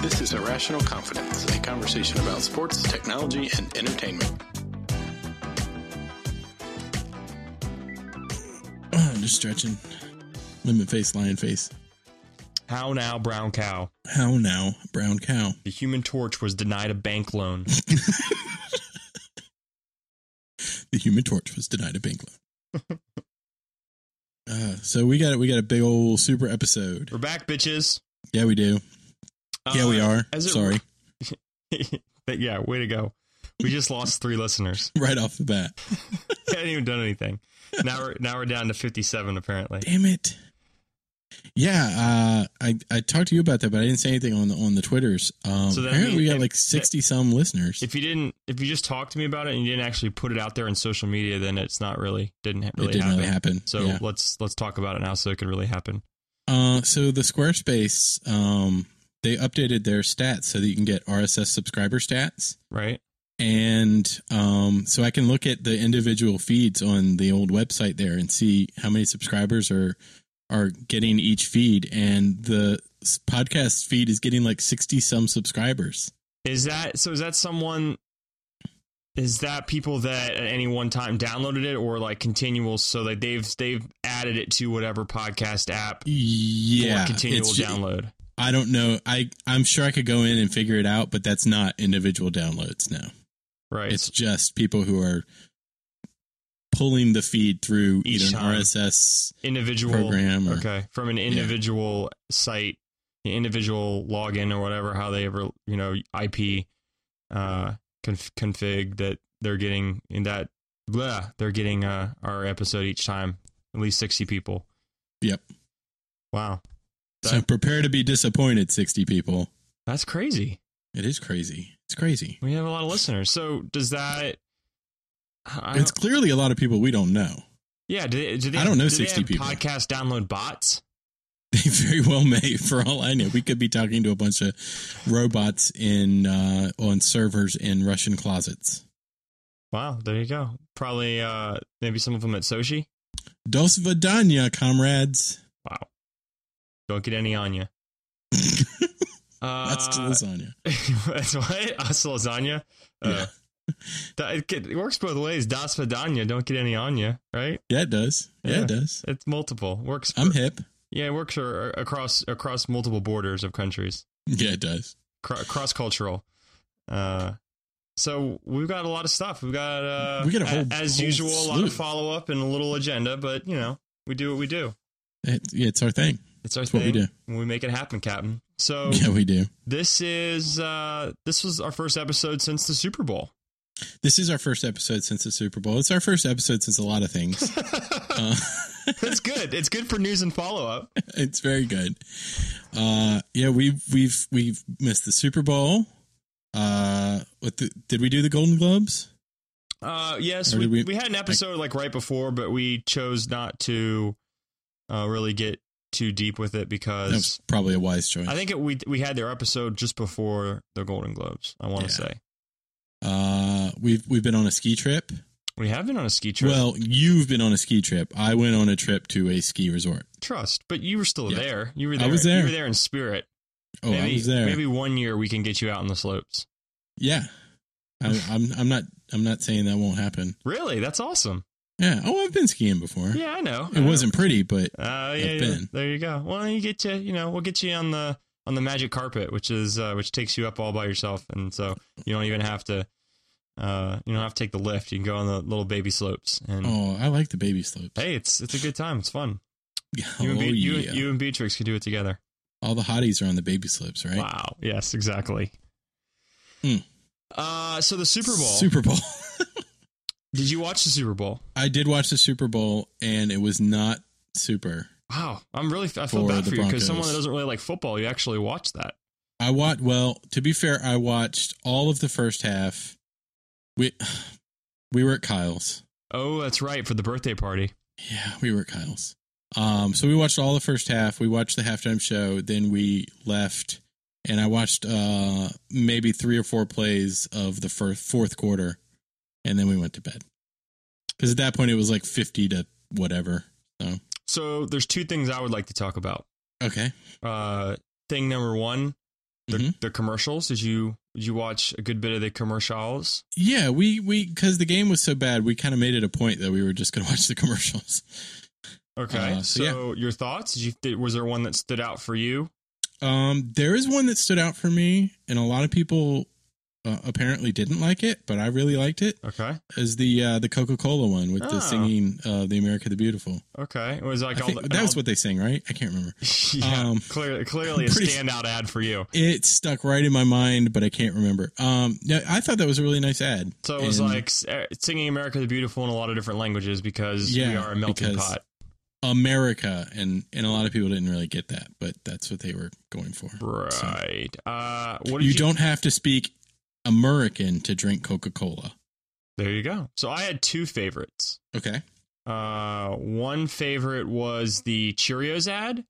This is Irrational Confidence, a conversation about sports, technology, and entertainment. Just stretching. Lemon face, lion face. How now, brown cow? How now, brown cow? The human torch was denied a bank loan. The human torch was denied a bank loan. uh, so we got it. We got a big old super episode. We're back, bitches. Yeah, we do. yeah, we are. Uh, as it- Sorry, But yeah, way to go. We just lost three listeners. right off the bat. We hadn't even done anything. Now we're now we're down to fifty-seven. Apparently, Damn it. Yeah, uh, I I talked to you about that, but I didn't say anything on the on the twitters. Um, So that apparently, we means- got if- like sixty some listeners. if you didn't, if you just talked to me about it and you didn't actually put it out there in social media, then it's not really didn't ha- really it didn't happen. really happen. So yeah. let's let's talk about it now, so it could really happen. Uh, so the Squarespace, um, they updated their stats so that you can get RSS subscriber stats, Right? and um, so I can look at the individual feeds on the old website there and see how many subscribers are are getting each feed, and the s- podcast feed is getting like sixty some subscribers. Is that so? Is that someone? Is that people that at any one time downloaded it, or like continual? So that they've they've added it to whatever podcast app Yeah, for continual it's- download. I don't know. I I'm sure I could go in and figure it out, but that's not individual downloads now. Right. It's just people who are pulling the feed through Each either time. an RSS individual program or Okay, from an individual site, the individual login or whatever, how they ever you know IP uh, conf- config that they're getting in that blah, they're getting uh, our episode each time, at least sixty people. Yep. Wow, so prepare to be disappointed, sixty people. that's crazy. It is crazy. It's crazy. We have a lot of listeners. So does that? I It's don't, clearly a lot of people we don't know. yeah. Do they, do they, I don't know do they 60 have people. podcast download bots. They very well may, for all I know. We could be talking to a bunch of robots in uh, on servers in Russian closets. Wow, there you go. Probably uh maybe some of them at Sochi. Dos Vidania, comrades. Wow. Don't get any on you. uh, That's to lasagna. that's what? Us lasagna? Uh, that- it, get- it works both ways. Das Vidania, don't get any on you, right? Yeah, it does. yeah yeah. it does. It's multiple. Works. I'm hip. yeah, it works ar- across across multiple borders of countries, Yeah, it does. cr- cross cultural. Uh, so we've got a lot of stuff. We've got uh, We got a whole- as whole usual, a lot slew. of follow up and a little agenda, but you know we do what we do. It- yeah, it's our thing. It's our It's thing. what we do. We make it happen, Captain. So Yeah, we do. this is uh this was our first episode since the Super Bowl. This is our first episode since the Super Bowl. It's our first episode since a lot of things. uh, That's good. It's good for news and follow up. it's very good. Uh, yeah, we've we've we've missed the Super Bowl. Uh, what the, did we do the Golden Globes? Uh yes, Or we, did we, we- had an episode like right before, but we chose not to uh really get too deep with it That was because probably a wise choice. I think it, we we had their episode just before the Golden Globes, I want Yeah. to say. Uh, we've we've been on a ski trip. We have been on a ski trip. Well, you've been on a ski trip. I went on a trip to a ski resort. Trust, but you were still Yeah. there. You were I there. was there. You were there in spirit. Oh, maybe, I was there. Maybe one year we can get you out on the slopes. Yeah, I, I'm I'm not I'm not saying that won't happen. Really? That's awesome. Yeah. Oh, I've been skiing before. Yeah, I know. I It know. wasn't pretty, but Uh, I've yeah, yeah. been. there you go. Well, you get you, you know, we'll get you on the on the magic carpet, which is uh, which takes you up all by yourself, and so you don't even have to, uh, you don't have to take the lift. You can go on the little baby slopes, and oh, I like the baby slopes. hey, it's it's a good time. It's fun. Oh, You and, Be- you, yeah. you and Beatrix can do it together. All the hotties are on the baby slips, right? Wow. Yes, exactly. Mm. Uh, so the Super Bowl. Super Bowl. Did you watch the Super Bowl? I did watch the Super Bowl, and it was not super. Wow, I'm really I For feel bad the for you because Broncos. someone that doesn't really like football, you actually watched that. I watched. Well, to be fair, I watched all of the first half. We we were at Kyle's. Oh, that's right for the birthday party. Yeah, we were at Kyle's. Um, so we watched all the first half. We watched the halftime show. Then we left and I watched uh, maybe three or four plays of the first fourth quarter, and then we went to bed because at that point it was like fifty to whatever. So So there's two things I would like to talk about. okay, Uh, thing number one, the, Mhm. the commercials. Did you did you watch a good bit of the commercials? yeah, we we because the game was so bad, we kind of made it a point that we were just going to watch the commercials. Okay. Uh, so so yeah. your thoughts? Did you did, was there one that stood out for you? Um, there is one that stood out for me, and a lot of people uh, apparently didn't like it, but I really liked it. Okay. Is the uh, the Coca Cola one with Oh. the singing uh, "The America the Beautiful"? Okay. It was like I all think the- that was all- what they sing, right? I can't remember. yeah, um, clearly, clearly a pretty- standout ad for you. It stuck right in my mind, but I can't remember. Um, no, I thought that was a really nice ad. So it was And like s- eh, singing "America the Beautiful" in a lot of different languages because we Yeah, are a melting because- pot, America, and and a lot of people didn't really get that, but that's what they were going for. right? Uh, what did You don't have to speak American to drink Coca Cola. There you go. So I had two favorites. Okay. Uh, one favorite was the Cheerios ad.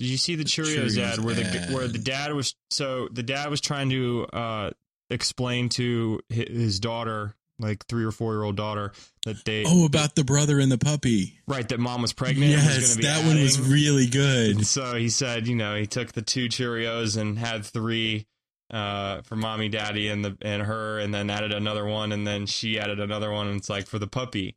Did you see the Cheerios, Cheerios ad where ad. the where the dad was so the dad was trying to uh explain to hi- his daughter, like three or four year old daughter, that they Oh, about the brother and the puppy. right that mom was pregnant. and was yes, gonna be that one was adding. really good. And so he said, you know, he took the two Cheerios and had three uh for mommy, daddy, and the and her, and then added another one, and then she added another one, and it's like for the puppy.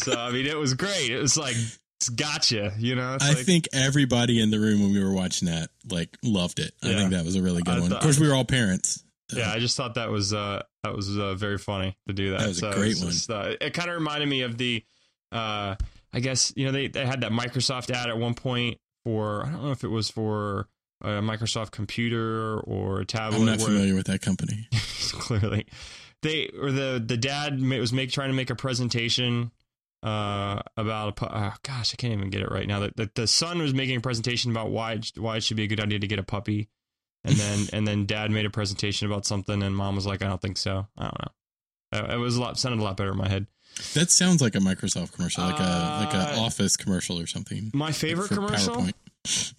so I mean, it was great. It was like it's gotcha, you know. It's I like, think everybody in the room when we were watching that like loved it. I Yeah. think that was a really good I one. thought- of course, we were all parents. so- yeah, I just thought that was uh that was uh, very funny to do that. That was a so great it's just, uh, it kind of reminded me of the uh I guess you know they they had that Microsoft ad at one point for I don't know if it was for a Microsoft computer or a tablet. I'm not where- familiar with that company. clearly they or the the dad ma- was make trying to make a presentation uh about a pu- oh, gosh i can't even get it right now that the, the son was making a presentation about why it, sh- why it should be a good idea to get a puppy and then and then dad made a presentation about something and mom was like i don't think so i don't know Uh, it was a lot sounded a lot better in my head That sounds like a Microsoft commercial, like a like Uh, a office commercial or something. my favorite commercial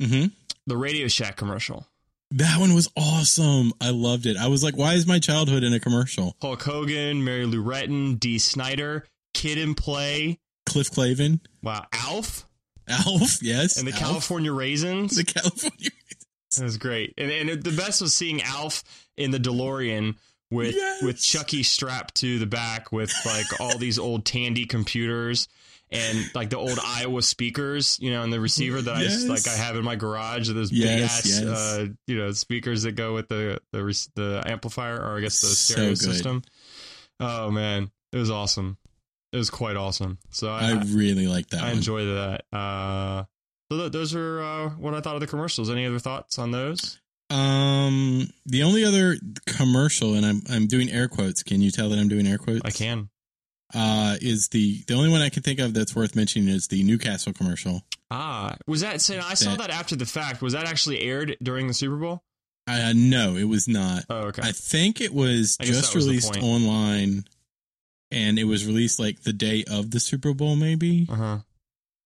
hmm the radio shack commercial That one was awesome. I loved it. I was like, why is my childhood in a commercial? hulk hogan mary lou retton d snyder kid and play Cliff Clavin, wow alf Alf, yes, and the Alf, california raisins the California. That was great, and and the best was seeing Alf in the DeLorean with Yes. with Chucky strapped to the back with like all these old Tandy computers and like the old Iowa speakers, you know, and the receiver that I Yes. like I have in my garage. Those big Yes, ass, yes. uh, you know, speakers that go with the the rec- the amplifier or I guess the So stereo good. system. Oh man, it was awesome. It was quite awesome. So I, I really like that. I one. enjoy that. Uh, so th- those are uh, what I thought of the commercials. Any other thoughts on those? Um, the only other commercial, and I'm I'm doing air quotes. Can you tell that I'm doing air quotes? I can. Uh, is the the only one I can think of that's worth mentioning is the Newcastle commercial. Ah, was that? So I saw That- that after the fact. Was that actually aired during the Super Bowl? Uh, no, it was not. Oh, okay. I think it was I guess just that was the released point. online, and it was released like the day of the Super Bowl, maybe. Uh huh.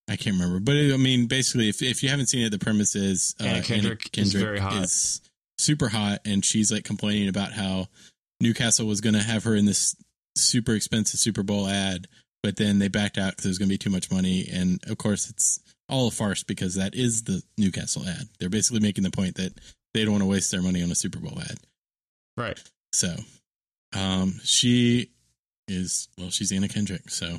I can't remember, but it, I mean, basically, if if you haven't seen it, the premise is uh, Anna Kendrick is very hot. is super hot, and she's like complaining about how Newcastle was going to have her in this super expensive Super Bowl ad, but then they backed out because it was going to be too much money, and of course, it's all a farce because that is the Newcastle ad. They're basically making the point that they don't want to waste their money on a Super Bowl ad. Right. So, um, she is well, she's Anna Kendrick. So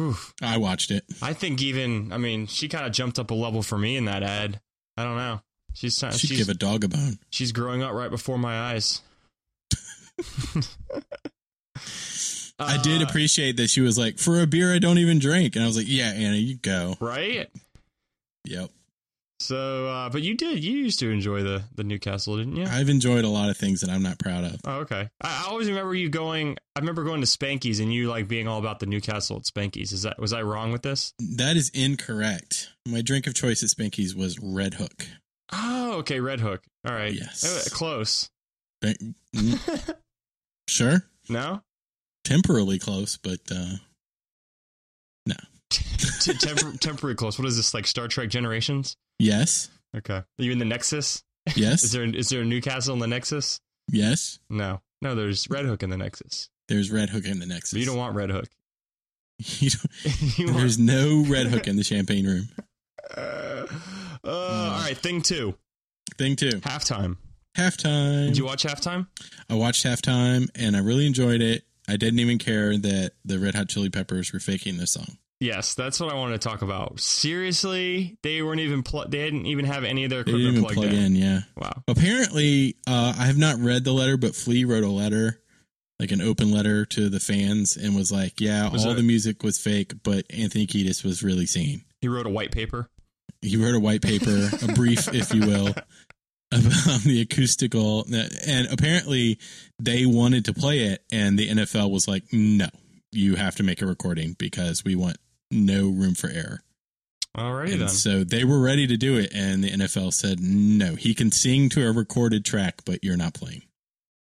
Oof. I watched it. I think even. I mean, she kind of jumped up a level for me in that ad. I don't know. She's ti- She'd Uh, she's give a dog a bone. she's growing up right before my eyes. I did Uh, appreciate that she was like, for a beer, I don't even drink. And I was like, yeah, Anna, you go. Right. Yep. So, uh, but you did. You used to enjoy the the Newcastle, didn't you? I've enjoyed a lot of things that I'm not proud of. Oh, okay. I, I always remember you going. I remember going to Spanky's and you like being all about the Newcastle at Spanky's. Is that was I wrong with this? That is incorrect. My drink of choice at Spanky's was Red Hook. Oh, okay. Red Hook. All right. Yes. Uh, close. Thank- mm, sure. no. Temporally close, but uh, T- temp- temporary close. What is this like? Star Trek Generations. yes. Okay. Are you in the Nexus? Is Yes. there is there a Newcastle in the Nexus? yes. No, no. There's Red Hook in the Nexus. There's Red Hook in the Nexus. But you don't want Red Hook. You don't- you want, there's no Red Hook in the champagne room. Hmm. uh, uh, all right. Thing two, Thing two. halftime. Hmm. Halftime. Did you watch halftime? I watched halftime and I really enjoyed it. I didn't even care that the Red Hot Chili Peppers were faking this song. Yes, that's what I wanted to talk about. Seriously, they weren't even pl- they didn't even have any of their They didn't equipment even plugged plug in. in. Yeah. Wow. Apparently, uh, I have not read the letter, but Flea wrote a letter, like an open letter to the fans, and was like, "Yeah, Was all it- the music was fake, but Anthony Kiedis was really singing." He wrote a white paper. He wrote a white paper, a brief, if you will, about the acoustical, and apparently they wanted to play it, and the NFL was like, "No, you have to make a recording because we want no room for error." Alrighty And then. so they were ready to do it, and the NFL said, "No, he can sing to a recorded track, but you're not playing."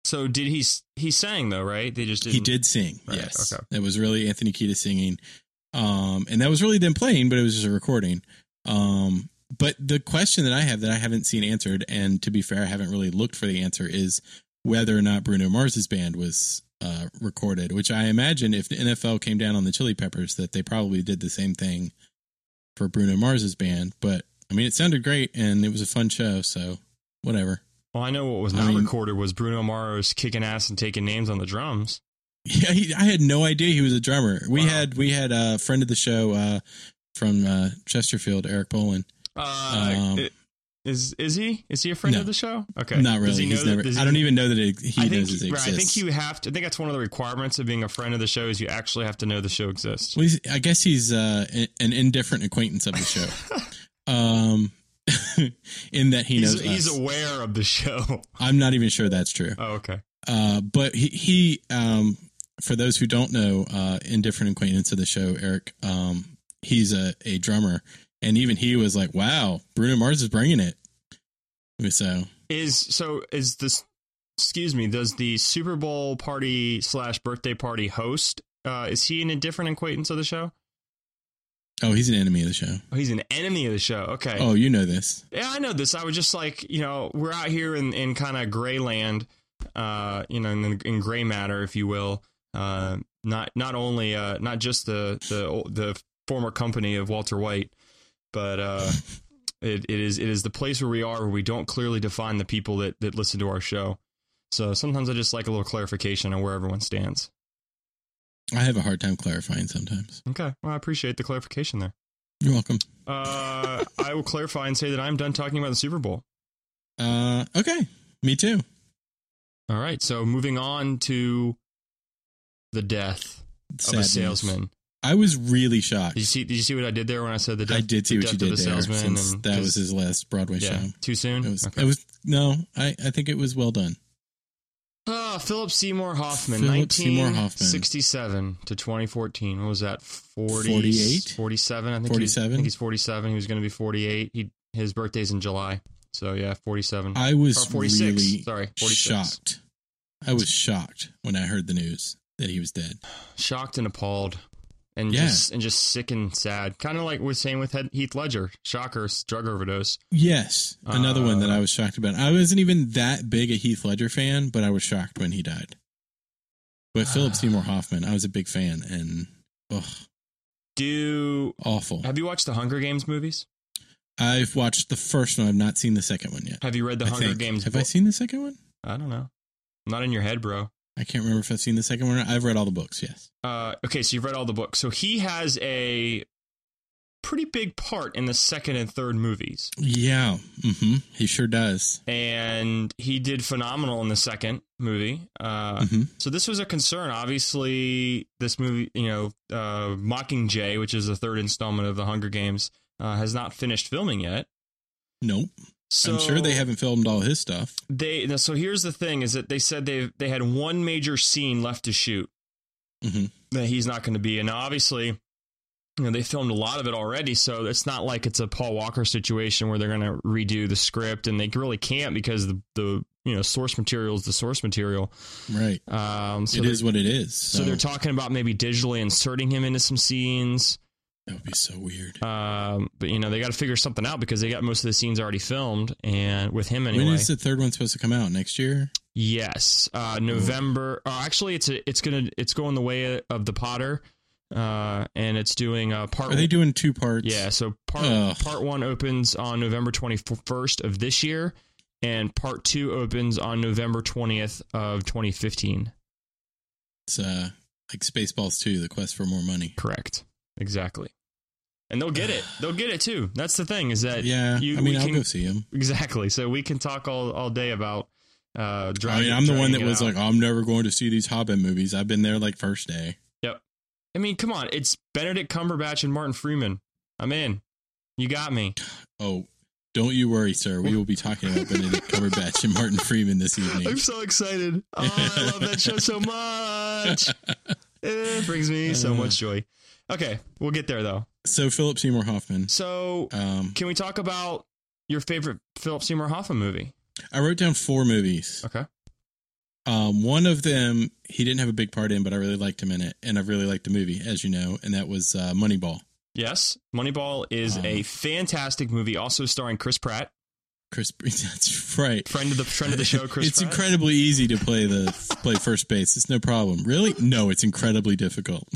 So did he? s- He sang though, right? They just didn't. He did sing. Right, yes, okay. that was really Anthony Kiedis singing, um, and that was really them playing, but it was just a recording. Um, but the question that I have that I haven't seen answered, and to be fair, I haven't really looked for the answer, is whether or not Bruno Mars's band was uh, recorded. Which I imagine, if the NFL came down on the Chili Peppers, that they probably did the same thing for Bruno Mars's band. But I mean, it sounded great, and it was a fun show, so whatever. Well, I know what was I not mean- recorded was Bruno Mars kicking ass and taking names on the drums. Yeah, he, I had no idea he was a drummer. We Wow. had we had a friend of the show uh, from uh, Chesterfield, Eric Bolin. Uh, Um, it- is is he? Is he a friend No. of the show? Okay, Not Does really. he know He's that- never. does he- I don't even know that it, he I think, knows it right, exists. I think you have to. I think that's one of the requirements of being a friend of the show is you actually have to know the show exists. Well, he's, I guess he's uh, a- an indifferent acquaintance of the show, um, in that he he's knows. he's us. aware of the show. I'm not even sure that's true. Oh, okay. Uh, but he, he um, for those who don't know, uh, indifferent acquaintance of the show, Eric, um, he's a, a drummer, and even he was like, "Wow, Bruno Mars is bringing it." So Is so is this? Excuse me. Does the Super Bowl party slash birthday party host? Uh, is he an indifferent acquaintance of the show? Oh, he's an enemy of the show. Oh, he's an enemy of the show. Okay. Oh, you know this. Yeah, I know this. I was just like, you know, we're out here in, in kind of gray land, uh, you know, in, in gray matter, if you will. Uh, not not only uh, not just the the the former company of Walter White, but uh, it, it is it is the place where we are where we don't clearly define the people that that listen to our show. So sometimes I just like a little clarification on where everyone stands. I have a hard time clarifying sometimes. Okay, well, I appreciate the clarification there. You're welcome. Uh, I will clarify and say that I'm done talking about the Super Bowl. Uh, okay. Me too. All right, so moving on to the death Sad of a news. salesman. I was really shocked. Did you see? Did you see what I did there when I said the death? I did see the what you death did of a there. salesman Since and that was just- his last Broadway Yeah, Mm-hmm. show. too soon. It was. okay. It was no. I, I think it was well done. Ah, Philip Seymour Hoffman, Philip Seymour Hoffman. 1967 to 2014. What was that? 40, 48? 47. I think, He's, 47? I think he's 47. He was going to be 48. He his birthday's in July, so yeah, 47. I was Or 46. really Sorry, 46. shocked. I was shocked when I heard the news that he was dead. shocked and appalled and Yeah. just and just sick and sad kind of like we're saying with Heath- heath ledger shocker s- drug overdose Yes, another one that Uh, I was shocked about. I wasn't even that big a Heath Ledger fan, but I was shocked when he died. But Ah. Philip Seymour Hoffman, I was a big fan, and ugh, do awful. have you watched the hunger games movies I've watched the first one. I've not seen the second one yet. have you read the I hunger think. games Have book? I seen the second one? I don't know not in your head bro I can't remember if I've seen the second one. Or not. I've read all the books. Yes. uh, okay so you've read all the books so he has a pretty big part in the second and third movies Yeah. hmm He sure does. and he did phenomenal in the second movie uh, hmm So this was a concern. Obviously, this movie, you know, uh, Mockingjay, which is the third installment of the Hunger Games, uh, has not finished filming yet. Nope. So I'm sure they haven't filmed all his stuff. They no, so here's the thing: is that they said they they had one major scene left to shoot Mhm. that he's not going to be, and obviously, you know, they filmed a lot of it already. So it's not like it's a Paul Walker situation where they're going to redo the script, and they really can't because the the you know source material is the source material. Right. Um, so it they- is what it is. So, they're talking about maybe digitally inserting him into some scenes. That would be so weird. Um, but you know they got to figure something out because they got most of the scenes already filmed, and with him anyway. When is the third one supposed to come out next year? Yes, uh, November. Oh, actually, it's a, it's gonna it's going the way of the Potter, uh, and it's doing uh, part. Are they doing two parts? yeah, so part Ugh. part one opens on November twenty first of this year, and part two opens on November twentieth of twenty fifteen. It's uh, like Spaceballs 2, The Quest for More Money. Correct, exactly. And they'll get it. They'll get it too. That's the thing is that Yeah, Uh, you- I mean, we I'll can- go see him. exactly. So we can talk all all day about. Uh, I dragging- mean, Oh, I'm the one dragging that it was out. like, I'm never going to see these Hobbit movies. I've been there like first day. I mean, come on, it's Benedict Cumberbatch and Martin Freeman. I'm in. You got me. Oh, don't you worry, sir. We will be talking about Benedict Cumberbatch and Martin Freeman this evening. I'm so excited. Oh, I love that show so much. It brings me so Uh. much joy. Okay, we'll get there though. So Philip Seymour Hoffman. So, Um, can we talk about your favorite Philip Seymour Hoffman movie? I wrote down four movies. Okay. Um, one of them he didn't have a big part in, but I really liked him in it, and I really liked the movie, as you know, and that was uh, Moneyball. Yes, Moneyball is a Uh. fantastic movie, also starring Chris Pratt, Chris, that's right. friend of the friend of the show. Chris, it's Pratt. incredibly easy to play the play first base. It's no problem. Really? No, it's incredibly difficult.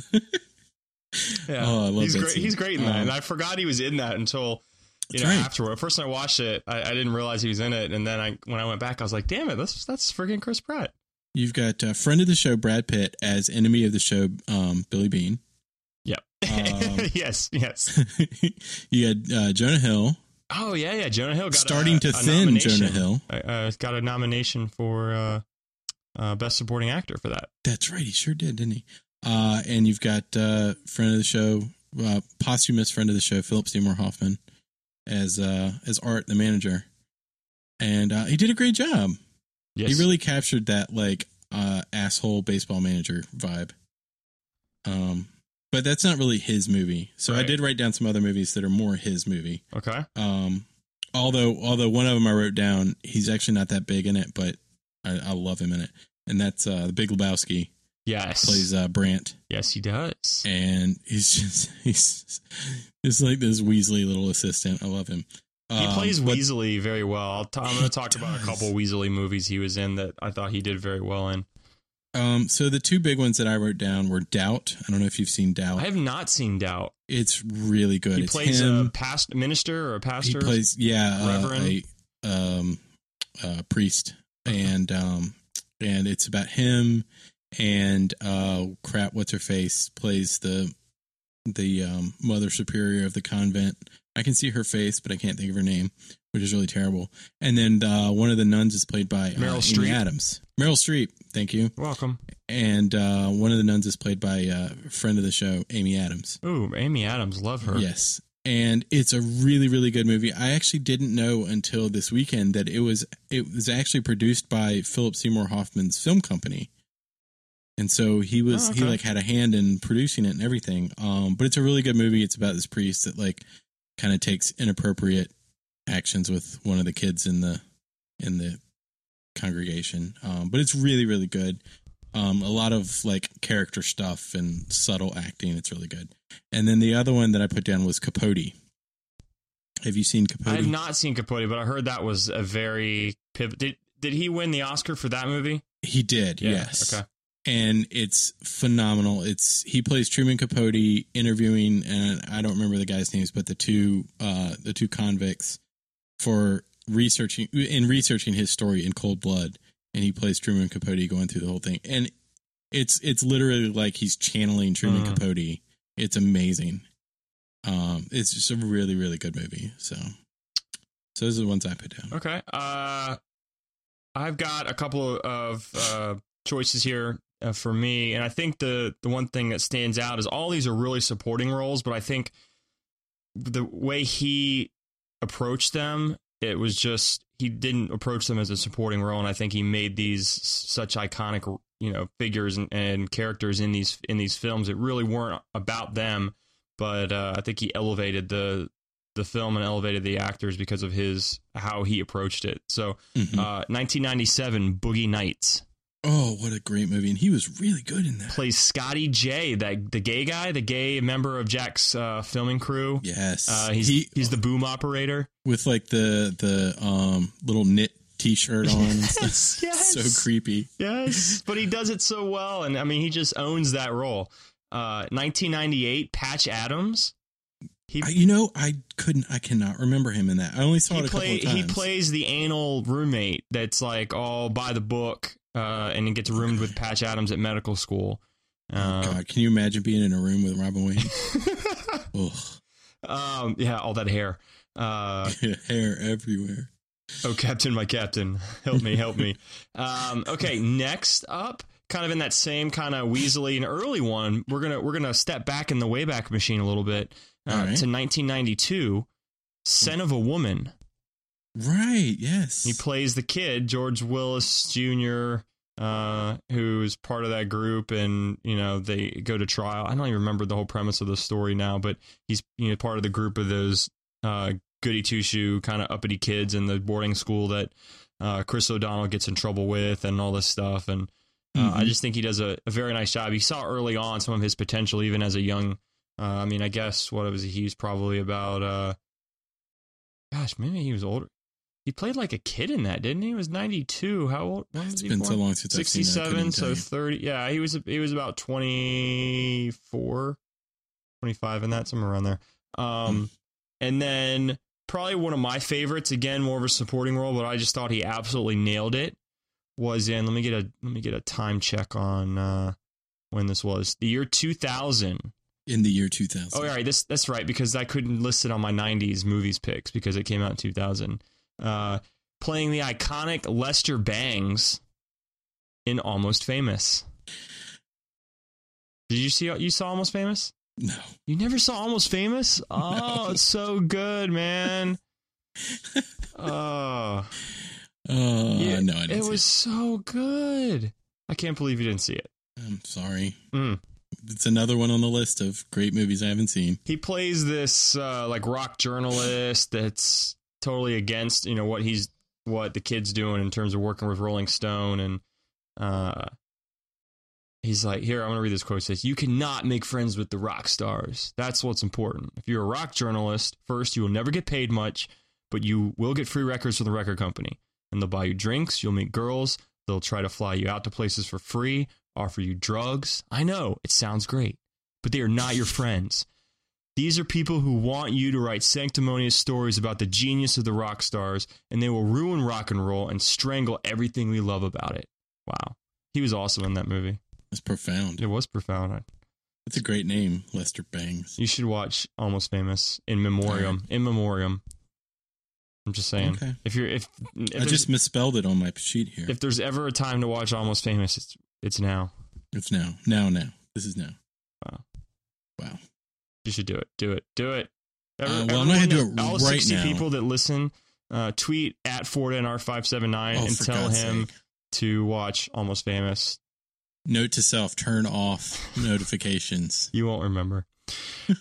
Yeah, Oh, I love he's that great. scene. He's great in that, Um, and I forgot he was in that until you That's know right. afterward. At first, when I watched it, I, I didn't realize he was in it, and then I when I went back, I was like, "Damn it, that's that's freaking Chris Pratt." You've got uh, friend of the show Brad Pitt as enemy of the show um, Billy Bean. Yep. Um, yes, yes. you had uh, Jonah Hill Oh yeah, yeah. Jonah Hill got starting a, to a thin nomination. Jonah Hill. I, uh, got a nomination for uh, uh, best supporting actor for that. That's right. He sure did, didn't he? Uh, and you've got uh, friend of the show, uh, posthumous friend of the show, Philip Seymour Hoffman, as uh, as Art, the manager, and uh, he did a great job. Yes, He really captured that like uh, asshole baseball manager vibe. Um, but that's not really his movie. So I Right. did write down some other movies that are more his movie. okay. Um, although although one of them I wrote down, he's actually not that big in it, but I, I love him in it, and that's uh, the Big Lebowski Yes, plays uh, Brant, yes, he does. and he's just he's it's like this Weasley little assistant. I love him. He Um, plays but- Weasley very well. I'll t- I'm going to talk about a does. couple Weasley movies he was in that I thought he did very well in. Um, so the two big ones that I wrote down were Doubt. I don't know if you've seen Doubt. I have not seen Doubt. it's really good. He it's plays uh, a him. past minister or a he pastor. plays yeah uh, Reverend. a um, uh, priest, and um, and it's about him and uh, crap. What's her face plays the the um, mother superior of the convent. I can see her face, but I can't think of her name, which is really terrible. And then uh, one of the nuns is played by uh, Meryl Amy Streep. Adams. Meryl Streep, thank you. Welcome. And uh, one of the nuns is played by uh, a friend of the show, Amy Adams. Ooh, Amy Adams, love her. Yes. And it's a really, really good movie. I actually didn't know until this weekend that it was it was actually produced by Philip Seymour Hoffman's film company. And so he was Oh, he okay. like had a hand in producing it and everything. Um, but it's a really good movie. It's about this priest that like kind of takes inappropriate actions with one of the kids in the in the congregation. Um, but it's really, really good. Um, a lot of like character stuff and subtle acting. It's really good. And then the other one that I put down was Capote. Have you seen Capote? I have not seen Capote, but I heard that was a very pivot. Did, did he win the Oscar for that movie? He did, yes. Okay. And it's phenomenal. It's he plays Truman Capote interviewing, and I don't remember the guys' names, but the two uh, the two convicts for researching in researching his story in cold blood, and he plays Truman Capote going through the whole thing, and it's it's literally like he's channeling Truman Mm. Capote. It's amazing. Um, it's just a really really good movie. So, so those are the ones I put down. Okay. Uh, I've got a couple of uh, choices here uh, for me, and I think the the one thing that stands out is all these are really supporting roles, but I think the way he approached them, it was just he didn't approach them as a supporting role, and I think he made these s- such iconic you know figures and, and characters in these in these films that really weren't about them, but uh, I think he elevated the the film and elevated the actors because of his how he approached it. So, Mhm. uh, 1997 Boogie Nights. Oh, what a great movie! And he was really good in that. plays Scotty J, that the gay guy, the gay member of Jack's uh, filming crew. Yes, Uh, he's he he's the boom operator. with like the the um little knit T-shirt on. and stuff. Yes, yes. So creepy. Yes, but he does it so well, and I mean, he just owns that role. Uh, 1998, Patch Adams. He I, you know, I couldn't. I cannot remember him in that. I only saw he it a play couple of he times. plays the anal roommate that's like all by the book, uh, and he gets roomed with Patch Adams at medical school. Um, God, can you imagine being in a room with Robin Williams? Ugh, um, yeah, all that hair. Uh, hair everywhere. oh, Captain, my Captain, help me, help me. Um, okay, next up, kind of in that same kind of weaselly and early one, we're gonna we're gonna step back in the Wayback Machine a little bit uh, All right. to 1992. Son of a Woman. Right. Yes. He plays the kid, George Willis Jr., uh, who is part of that group, and you know they go to trial. I don't even remember the whole premise of the story now, but he's you know part of the group of those uh, goody two shoe kind of uppity kids in the boarding school that uh, Chris O'Donnell gets in trouble with, and all this stuff. And uh, I Mhm. just think he does a, a very nice job. He saw early on some of his potential, even as a young. Uh, I mean, I guess what was he? He's probably about. Uh, gosh, maybe he was older. He played like a kid in that, didn't he? He was ninety two. How old? When was It's he been born? so long since I've seen Sixty it, I seven. couldn't tell So you. thirty. Yeah, he was. He was about 24, 25 in that somewhere around there. Hmm. Um, and then probably one of my favorites. Again, more of a supporting role, but I just thought he absolutely nailed it. Was in. Let me get a. Let me get a time check on uh, when this was. The year two thousand. in the year 2000. Oh, all right. This that's right because I couldn't list it on my '90s movies picks because it came out in 2000. Uh, playing the iconic Lester Bangs in Almost Famous. Did you see? You saw Almost Famous? No. You never saw Almost Famous? Oh, it's so good, man. Oh, Uh, Yeah, no, I didn't. it see was so good. I can't believe you didn't see it. it. I'm sorry. Mm. It's another one on the list of great movies I haven't seen. he plays this uh, like rock journalist that's totally against you know what he's what the kid's doing in terms of working with Rolling Stone and uh, he's like here I'm gonna read this quote it says you cannot make friends with the rock stars that's what's important if you're a rock journalist first you will never get paid much but you will get free records from the record company and they'll buy you drinks you'll meet girls they'll try to fly you out to places for free offer you drugs I know it sounds great but they are not your friends these are people who want you to write sanctimonious stories about the genius of the rock stars, and they will ruin rock and roll and strangle everything we love about it. Wow. He was awesome in that movie. It's profound. It was profound. I- It's a great name, Lester Bangs. You should watch Almost Famous in memoriam. In memoriam. I'm just saying. Okay. If you're if if I there's, just misspelled it on my sheet here. if there's ever a time to watch Almost Famous, it's it's now. it's now. Now, now. This is now. Wow. Wow. You should do it. Do it. Do it. Uh, well, I'm not gonna do everyone it that- all right 60 now. people that listen, uh, tweet at Ford NR579 Oh, and for tell God's him sake. to watch Almost Famous. Note to self, turn off notifications. You won't remember. Uh,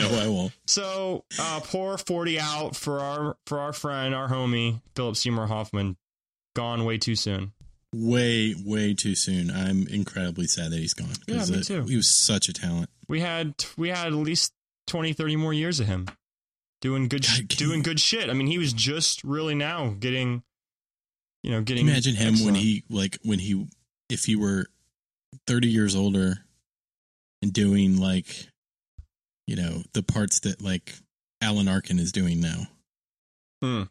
no, I won't. So uh, pour forty out for our for our friend, our homie, Philip Seymour Hoffman. Gone way too soon. Way, way too soon. I'm incredibly sad that he's gone. 'cause Yeah, me it- too. He was such a talent. We had we had at least 20, 30 more years of him doing good sh- God, can doing you- good shit. I mean, he was just really now getting, you know, getting. Imagine him when excellent. he like when he if he were thirty years older and doing like you know the parts that like Alan Arkin is doing now.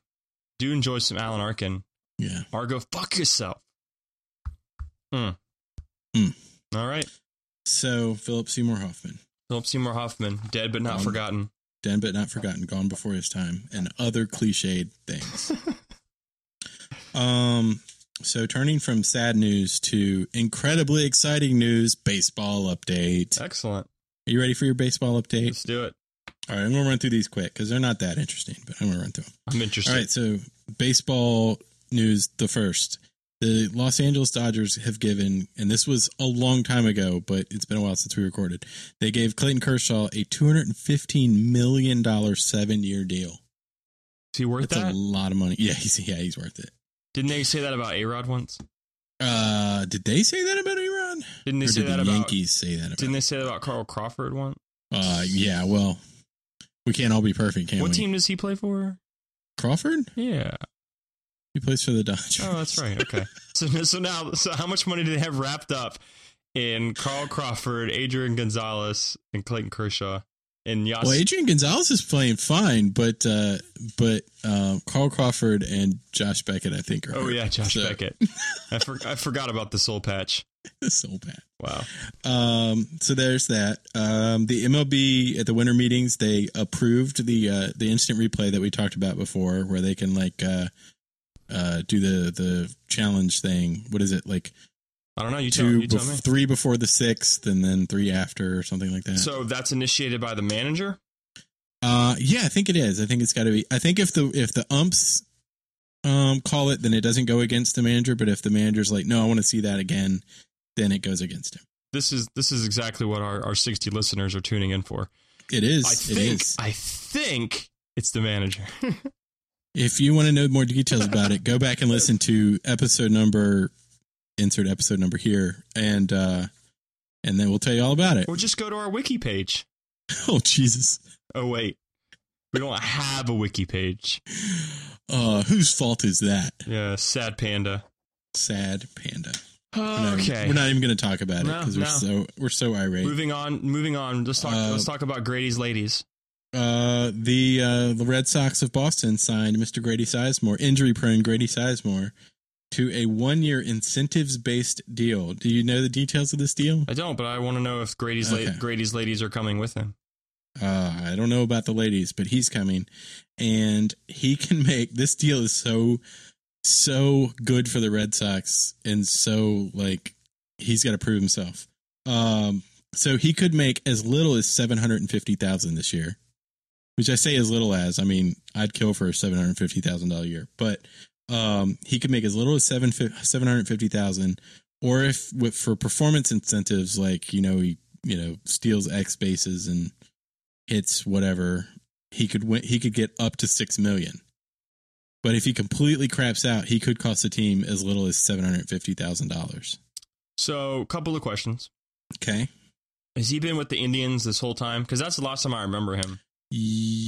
do enjoy some Alan Arkin. Yeah, Argo, fuck yourself. Mm. Mm. All right, so Philip Seymour Hoffman, Philip Seymour Hoffman, dead but not Um, forgotten. dead but not forgotten, gone before his time, and other cliched things. um, so turning from sad news to incredibly exciting news, baseball update. Are Excellent. you ready for your baseball update? Let's do it. All right, I'm gonna run through these quick because they're not that interesting, but I'm gonna run through them. I'm interested. All right, so baseball news the first. The Los Angeles Dodgers have given, and this was a long time ago, but it's been a while since we recorded. They gave Clayton Kershaw a $215 million seven year deal. Is he worth That's a that? lot of money. Yeah, he's, yeah, he's worth it. Didn't they say that about A Rod once? Uh, did they say that about Iran? Didn't they or say did that the about? Yankees say that about? Didn't they say that about Carl Crawford once? Uh, yeah. Well, we can't all be perfect, can what we? team does he play for? Crawford? Yeah. He plays for the Dodgers. Oh, that's right. Okay. so so now so how much money do they have wrapped up in Carl Crawford, Adrian Gonzalez, and Clayton Kershaw, and Yas? Well, Adrian Gonzalez is playing fine, but uh, but uh, Carl Crawford and Josh Beckett, I think, are oh hurt. yeah, Josh So- Beckett. I, for, I forgot about the soul patch. so bad. Wow. Um, so there's that. Um, the MLB at the winter meetings they approved the uh, the instant replay that we talked about before, where they can like uh, uh, do the the challenge thing. What is it like I don't know. You tell, two, you tell bef- me. three before the sixth, and then three after, or something like that. So that's initiated by the manager. Uh, yeah, I think it is. I think it's got to be. I think if the if the umps um call it, then it doesn't go against the manager. But if the manager's like, no, I want to see that again, then it goes against him. This is this is exactly what our, our sixty listeners are tuning in for. It is. I it think is. I think it's the manager. If you want to know more details about it, go back and listen to episode number. Insert episode number here, and uh and then we'll tell you all about it. or just go to our wiki page. Oh Jesus! Oh wait, we don't have a wiki page. Uh, whose fault is that? Yeah, sad panda. Sad panda. We're not- Okay, we're not even going to talk about it No, because no. we're so we're so irate. moving on. Moving on. Let's talk. Uh, let's talk about Grady's ladies. Uh, the uh, the Red Sox of Boston signed Mr. Grady Sizemore, injury prone Grady Sizemore, to a one year incentives based deal. Do you know the details of this deal? I don't, but I want to know if Grady's la- Okay. Grady's ladies are coming with him. Uh, I don't know about the ladies, but he's coming, and he can make this deal is so so good for the Red Sox, and so like he's got to prove himself. Um, so he could make as little as seven hundred and fifty thousand this year, which I say as little as. I mean, I'd kill for a seven hundred fifty thousand dollar year, but um, he could make as little as seven seven hundred fifty thousand, or if with, for performance incentives, like you know he you know steals X bases and hits whatever, he could win. He could get up to six million. But if he completely craps out, he could cost the team as little as seven hundred fifty thousand dollars. So, a couple of questions. Okay. Has he been with the Indians this whole time? Because that's the last time I remember him.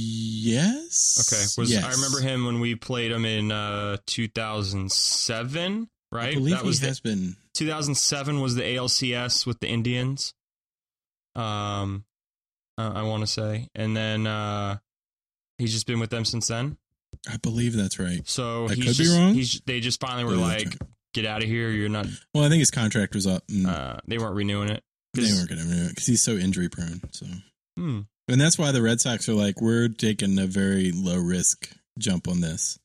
Yes. Okay, was Yes. I remember him when we played him in uh, 2007, right? I believe that was he the, has been. 2007 was the ALCS with the Indians. Um, uh, I want to say, and then uh, he's just been with them since then. I believe that's right. So I he's could be just, wrong. He's, they just finally were Yeah, that's like, "Get out of here! You're not." Well, I think his contract was up. And Uh, they weren't renewing it. they weren't going to renew it because he's so injury prone. So, Hmm. and that's why the Red Sox are like, we're taking a very low risk jump on this,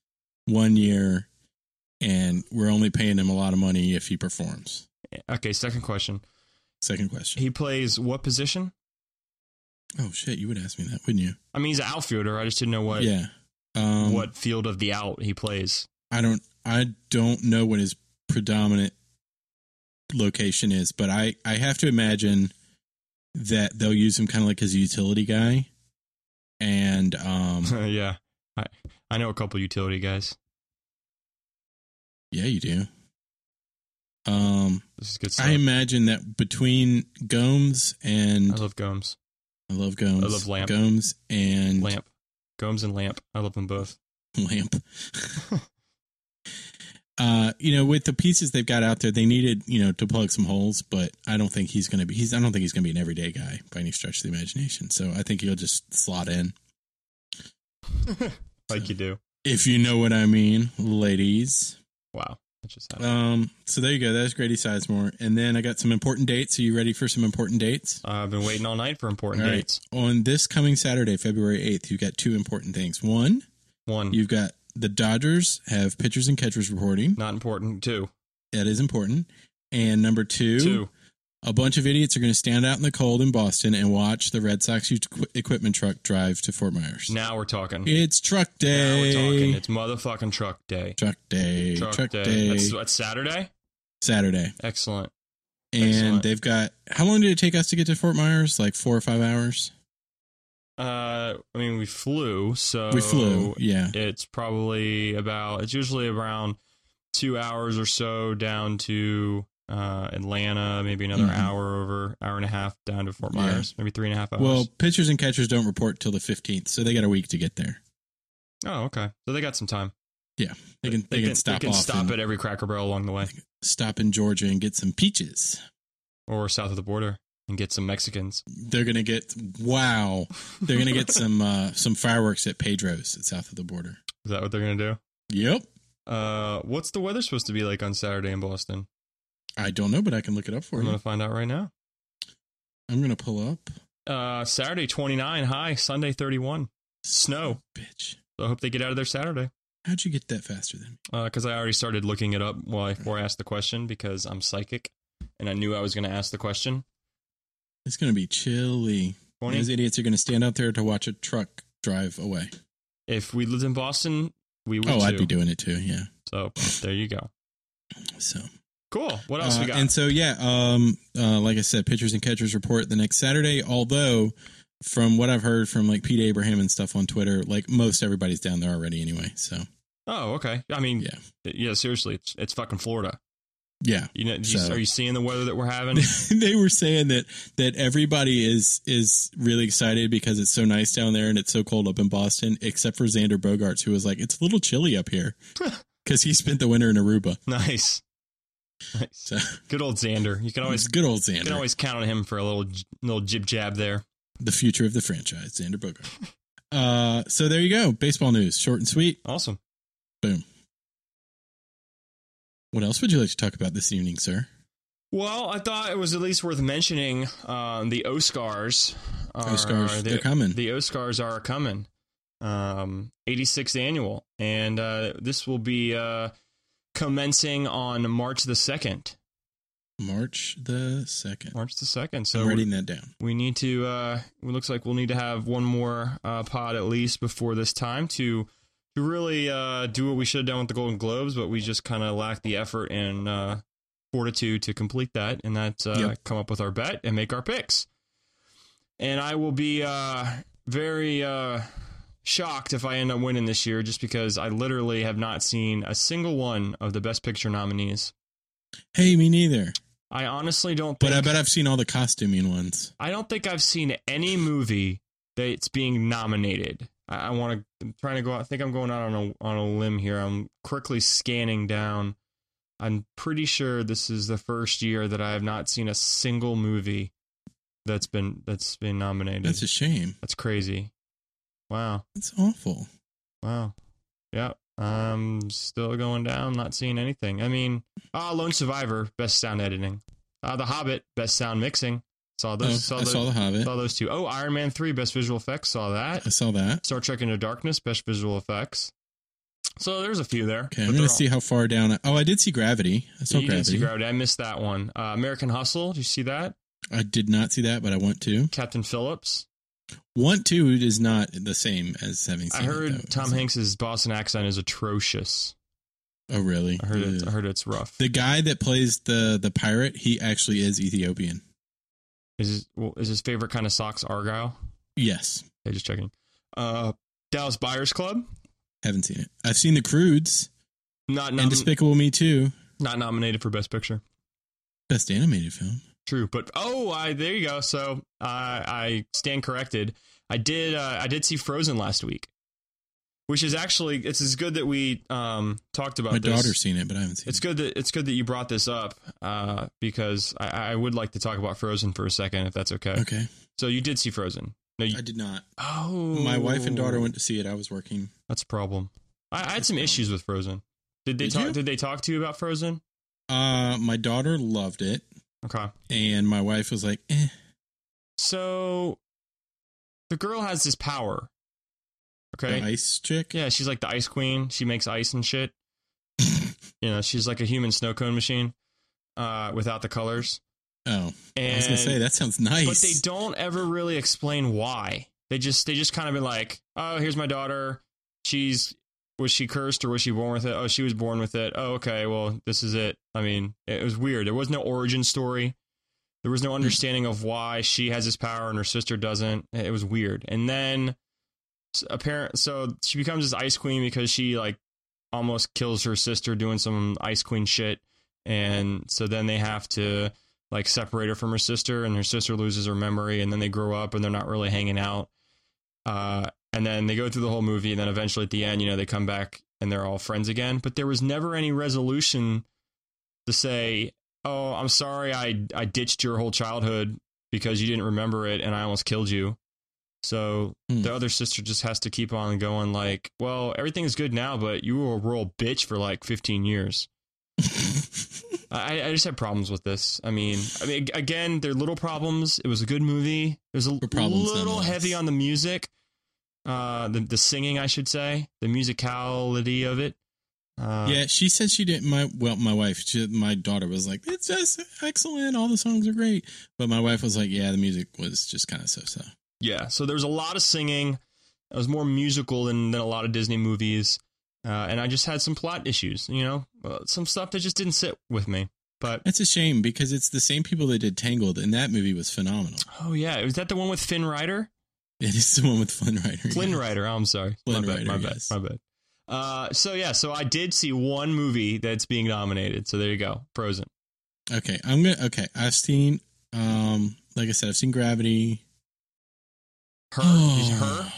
one year, and we're only paying him a lot of money if he performs. Okay, second question. Second question. He plays what position? Oh shit, you would ask me that, wouldn't you? I mean, he's an outfielder. I just didn't know what yeah. Um, what field of the out he plays. I don't I don't know what his predominant location is, but I I have to imagine that they'll use him kind of like as a utility guy, and um yeah, I I know a couple utility guys. yeah, you do. Um, This is good stuff. I imagine that between Gomes and I love Gomes, I love Gomes, I love Lamp. Gomes and Lamp, Gomes and Lamp. I love them both. lamp. uh, you know, with the pieces they've got out there, they needed you know to plug some holes, but I don't think he's going to be. He's I don't think he's going to be an everyday guy by any stretch of the imagination. So I think he'll just slot in. like you do. If you know what I mean, ladies. Wow, that just happened. Um, so there you go. That's Grady Sizemore. And then I got some important dates. Are you ready for some important dates? I've been waiting all night for important All right. dates. On this coming Saturday, February 8th, you've got two important things. One, One, you've got the Dodgers have pitchers and catchers reporting. not important. Two, That is important. And number two. A bunch of idiots are going to stand out in the cold in Boston and watch the Red Sox used equi- equipment truck drive to Fort Myers. Now we're talking. It's truck Now we're day. talking. It's motherfucking truck day. truck day. Truck, day. That's, that's Saturday. Saturday. Excellent. And Excellent. they've got how long did it take us to get to Fort Myers? Like four or five hours. Uh, I mean, we flew, so we flew. Yeah. It's probably about. It's usually around two hours or so down to uh, Atlanta, maybe another Mhm. hour over, hour and a half down to Fort Yeah. Myers, maybe three and a half hours. Well, pitchers and catchers don't report till the 15th, so they got a week to get there. oh, okay. So they got some time. They can they, can, stop they can off stop and at every Cracker Barrel along the way, stop in Georgia and get some peaches. or south of the border, and get some Mexicans. They're gonna get wow. They're gonna get some uh, some fireworks at Pedro's at south of the border. Is that what they're gonna do? Yep, Uh, what's the weather supposed to be like on Saturday in Boston? I don't know, but I can look it up for We're you. gonna find out right now. I'm gonna pull up Uh, Saturday 29 high, Sunday 31. Snow. Bitch, So I hope they get out of there Saturday. how'd you get that faster than me? because I already started looking it up while I, before I asked the question because I'm psychic and I knew I was going to ask the question. It's gonna be chilly. These 20. idiots are gonna stand out there to watch a truck drive away. If we lived in Boston, we would. oh, too. I'd be doing it too. Yeah. So there you go. So. Cool. What else Uh, we got? And so, yeah, um, uh, like I said, pitchers and catchers report the next Saturday. Although, from what I've heard from like Pete Abraham and stuff on Twitter, like most everybody's down there already anyway. So, oh, okay. I mean, Yeah. yeah, seriously, it's, it's fucking Florida. yeah, You know, you- So- are you seeing the weather that we're having? they were saying that that everybody is is really excited because it's so nice down there and it's so cold up in Boston, except for Xander Bogarts, who was like, "It's a little chilly up here," because he spent the winter in Aruba. nice. Nice. So, Good old Xander. You can it's always good old you Xander, can always count on him for a little j- little jib jab there. the future of the franchise, Xander Bogarts. Uh, so there you go, baseball news, short and sweet. Awesome. What else would you like to talk about this evening, sir? Well, I thought it was at least worth mentioning um, the Oscars. Are, Oscars, are they're coming. The Oscars are coming. Um, 86th annual, and uh, this will be uh, commencing on March the second. March the second. March the second. I'm So writing that down. we need to. Uh, it looks like we'll need to have one more uh, pod at least before this time to to really uh, do what we should have done with the Golden Globes, but we just kind of lacked the effort and uh, fortitude to complete that, and that's uh, Yep. come up with our bet and make our picks. And I will be uh, very uh, shocked if I end up winning this year, just because I literally have not seen a single one of the Best Picture nominees. Hey, me neither. I honestly don't. But think- I bet I've seen all the costuming ones. I don't think I've seen any movie that's being nominated. I, I want to. I'm trying to go. out- I think I'm going out on a on a limb here. I'm quickly scanning down. I'm pretty sure this is the first year that I have not seen a single movie that's been that's been nominated. That's a shame. that's crazy. Wow. That's awful. Wow. Yeah. I'm still going down, not seeing anything. I mean, ah, Lone Survivor, best sound editing. Ah, The Hobbit, best sound mixing. Saw those. Oh, saw I those, saw the Hobbit. Saw those two. Oh, Iron Man 3, best visual effects. Saw that. I saw that. Star Trek Into Darkness, best visual effects. So there's a few there. Okay, but I'm they're gonna all- see how far down. I, oh, I did see Gravity. I saw you didn't Gravity. see Gravity. I missed that one. Uh, American Hustle. Did you see that? I did not see that, but I want to. Captain Phillips. Want to is not the same as having seen. I it, heard though. Tom Hanks's Boston accent is atrocious. Oh, really? I heard it. Ugh. I heard it's rough. The guy that plays the the pirate, he actually is Ethiopian. Is his, well, is his favorite kind of socks argyle? Yes, Okay, just checking. Uh, Dallas Buyers Club. haven't seen it. I've seen The Crudes Not nom- and Despicable Me too. not nominated for best picture. Best animated film. True, but oh, I there you go. So I I stand corrected. I did uh, I did see Frozen last week, which is actually it's as good that we um talked about. My this. daughter's seen it, but I haven't seen It's it. good that it's good that you brought this up uh, because I, I would like to talk about Frozen for a second, if that's okay. Okay. So you did see Frozen? No, you, I did not. oh, My wife and daughter went to see it. I was working. That's a problem. I, I had That's some a problem. issues with Frozen. Did they Did talk? you? Did they talk to you about Frozen? Uh, my daughter loved it, Okay. and my wife was like, eh. So the girl has this power. Okay. The ice chick? Yeah, she's like the ice queen. She makes ice and shit. you know, she's like a human snow cone machine uh, without the colors. Oh, And, I was going to say, that sounds but they nice. don't ever really explain why. They just they just kind of been like, oh, here's my daughter. She's was she cursed or was she born with it? Oh, she was born with it. Oh, okay. Well, this is it. I mean, it was weird. There was no origin story. There was no understanding of why she has this power and her sister doesn't. It was weird. And then apparent, so she becomes this ice queen because she like almost kills her sister doing some Ice Queen shit, and so then they have to like separate her from her sister, and her sister loses her memory, and then they grow up and they're not really hanging out. Uh, and then they go through the whole movie, and then eventually at the end, you know, they come back and they're all friends again. But there was never any resolution to say, "Oh, I'm sorry, I I ditched your whole childhood because you didn't remember it, and I almost killed you." So Hmm. the other sister just has to keep on going, like, "Well, everything's good now, but you were a real bitch for like 15 years." I, I just had problems with this. I mean, I mean, ag- again, they're little problems. It was a good movie. There's a Good problems, little nonetheless. heavy on the music, uh, the the singing, I should say, the musicality of it. Uh, yeah, she said she didn't. My well, my wife, she, my daughter was like, "It's just excellent. All the songs are great." But my wife was like, "Yeah, the music was just kind of so-so." Yeah. So there's a lot of singing. It was more musical than, than a lot of Disney movies. Uh, and I just had some plot issues, you know, uh, some stuff that just didn't sit with me. But That's a shame because it's the same people that did Tangled, and that movie was phenomenal. oh yeah, is that the one with Finn Rider? It is the one with Flynn Rider. Flynn yes. Rider. Oh, I'm sorry. Flynn my bad. Rider, my bad. yes. My bad. Uh, so yeah, so I did see one movie that's being nominated. So there you go, Frozen. Okay, I'm gonna. Okay, I've seen. Um, like I said, I've seen Gravity. Her, her,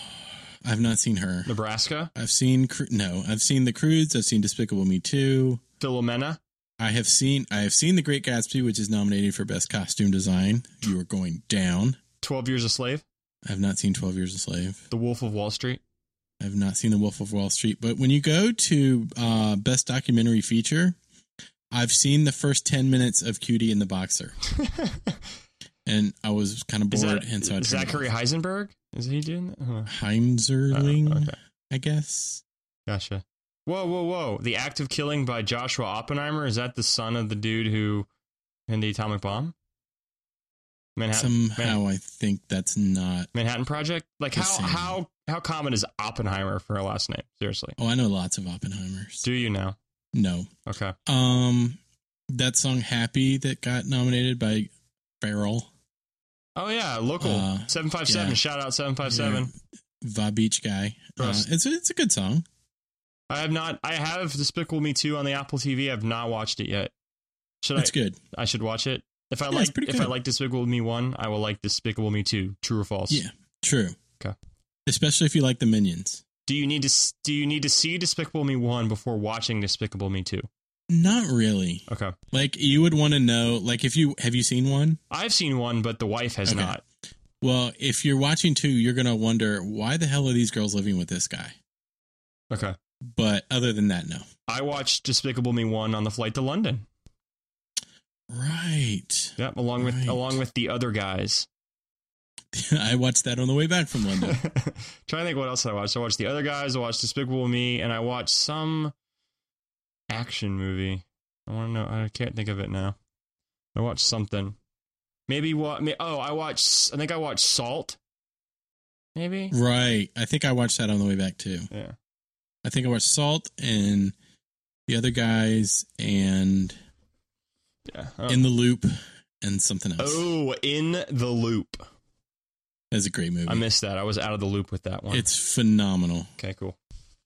I've not seen her. Nebraska, I've seen Cru- no. I've seen The Crudes. I've seen Despicable Me Two. Philomena. I have seen. I have seen The Great Gatsby, which is nominated for Best Costume Design. You are going down. Twelve Years a Slave, I've not seen Twelve Years a Slave. The Wolf of Wall Street. I've not seen The Wolf of Wall Street. But when you go to uh, Best Documentary Feature, I've seen the first ten minutes of Cutie and the Boxer, and I was kind of Is bored. that and so I turned it Zachary off. Heisenberg? Is he doing that? Huh. Heimserling, Oh, okay. I guess. Gotcha. Whoa, whoa, whoa! The act of killing by Joshua Oppenheimer is that the son of the dude who in the atomic bomb? Manhattan. Somehow, I think that's not. Manhattan Project. Like The how same. how how common is Oppenheimer for a last name? Seriously, Oh, I know lots of Oppenheimers. do you know? No, Okay, um, that song "Happy" that got nominated by Farrell, Oh yeah, local Uh, seven five seven. yeah. Shout out seven five seven. Va Beach guy. Uh, Trust. it's it's a good song. I have not. I have Despicable Me two on the Apple TV. I've not watched it yet. Should It's I? good. I should watch it. If I Yeah, it's like, pretty if I good. like Despicable Me one, I will like Despicable Me two. True or false? Yeah, true. Okay. Especially if you like the Minions. Do you need to? s- Do you need to see Despicable Me one before watching Despicable Me two? Not really. Okay, Like you would want to know. Like if you have you seen one. I've seen one, but the wife has Okay. not. Well, if you're watching two, you're gonna wonder why the hell are these girls living with this guy. Okay, But other than that, no. I watched Despicable Me one on the flight to London. Right. Yep, along with Right. along with the other guys. I watched that on the way back from London. Trying to think what else I watched. I watched The Other Guys, I watched Despicable Me, and I watched some action movie. I want to know. I can't think of it now. I watched something. Maybe what? May, oh, I watched. I think I watched Salt. Maybe. Mm. right. I think I watched that on the way back too. Yeah. I think I watched Salt and the other guys and Yeah. Oh. In the Loop and something else. oh, in the loop. That's a great movie. I missed that. I was out of the loop with that one. it's phenomenal. okay. Cool.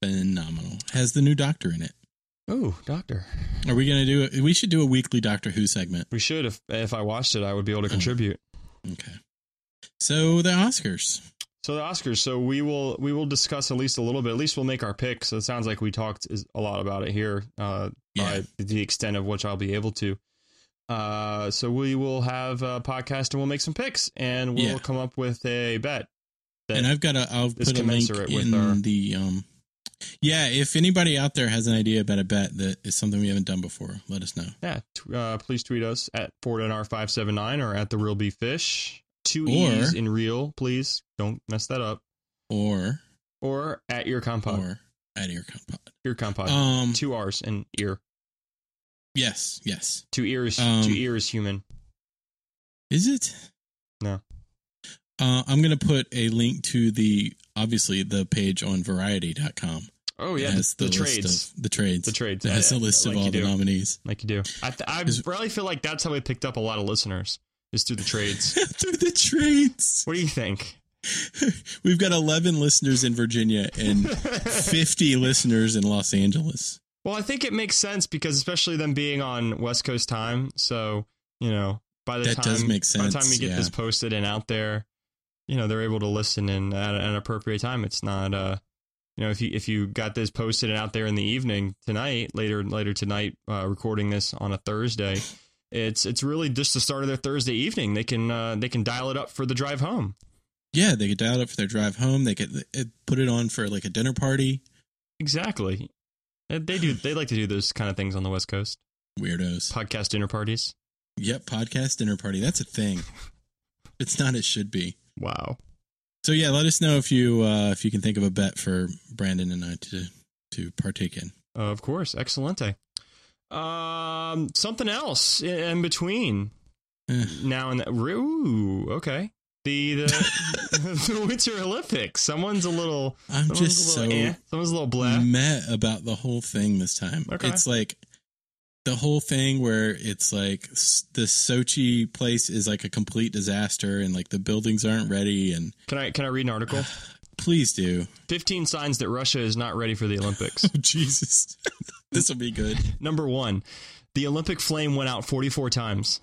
Phenomenal. Has the new Doctor in it. Oh, Doctor. Are we going to do it? We should do a weekly Doctor Who segment. We should. If if I watched it, I would be able to contribute. Okay. So the Oscars. So the Oscars. So we will we will discuss at least a little bit. At least we'll make our picks. It sounds like we talked is- a lot about it here, uh, Yeah. by the extent of which I'll be able to. Uh, so we will have a podcast and we'll make some picks and we'll Yeah. come up with a bet. and I've got a. I'll It's put a link commensurate with in our- the. Um, yeah, if anybody out there has an idea about a bet that is something we haven't done before, let us know. Yeah, t- uh, please tweet us at FordNR579 or at the Real B Fish. Two Or- E's in real, please don't mess that up. Or Or at ear compod, or at Earcon Pod. ear compod. Um. two R's and ear. Yes. Yes. Two ears. Um, two ears. Human. Is it? No. Uh, I'm going to put a link to the obviously the page on variety.com. Oh yeah, It has the, the list trades. Of, the trades. The trades. It has Yeah, a list of like you all the do. nominees. like you do. I, th- I Is- really feel like that's how we picked up a lot of listeners is through the trades. Through the trades. what do you think? We've got 11 listeners in Virginia and 50 listeners in Los Angeles. Well, I think it makes sense because especially them being on West Coast time, so you know by the That time does make by the sense, time we get yeah. this posted and out there, you know they're able to listen in at an appropriate time. It's not uh you know if you if you got this posted and out there in the evening tonight later later tonight uh, recording this on a Thursday. It's it's really just the start of their Thursday evening. They can uh, they can dial it up for the drive home. Yeah, they could dial it up for their drive home. They could uh, put it on for like a dinner party. Exactly. Uh, They do they like to do those kind of things on the West Coast. Weirdos. Podcast dinner parties. Yep, podcast dinner party. That's a thing. It's not. It should be. Wow. So yeah, let us know if you uh, if you can think of a bet for Brandon and I to to partake in. Of course, excelente. Um, something else i- in between Eh. now and then. Ooh, okay. The the, the Winter Olympics. Someone's a little. I'm Someone's just a so little, eh. Someone's a little blah. meh about the whole thing this time. Okay. It's like the whole thing where it's like s- the Sochi place is like a complete disaster and like the buildings aren't ready. And Can I can I read an article? please do, Oh, Fifteen signs that Russia is not ready for the Olympics. Jesus, this will be good. Number one, the Olympic flame went out forty four times.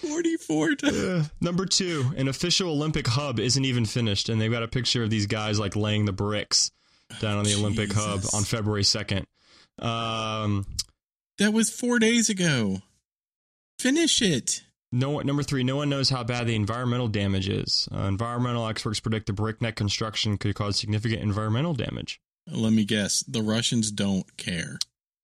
Forty four times. Number two, an official Olympic hub isn't even finished, and they've got a picture of these guys like laying the bricks down on the Olympic hub Jesus. on February second. Um, That was four days ago. Finish it. no one- number three, no one knows how bad the environmental damage is. Uh, environmental experts predict the breakneck construction could cause significant environmental damage. Let me guess. The Russians don't care.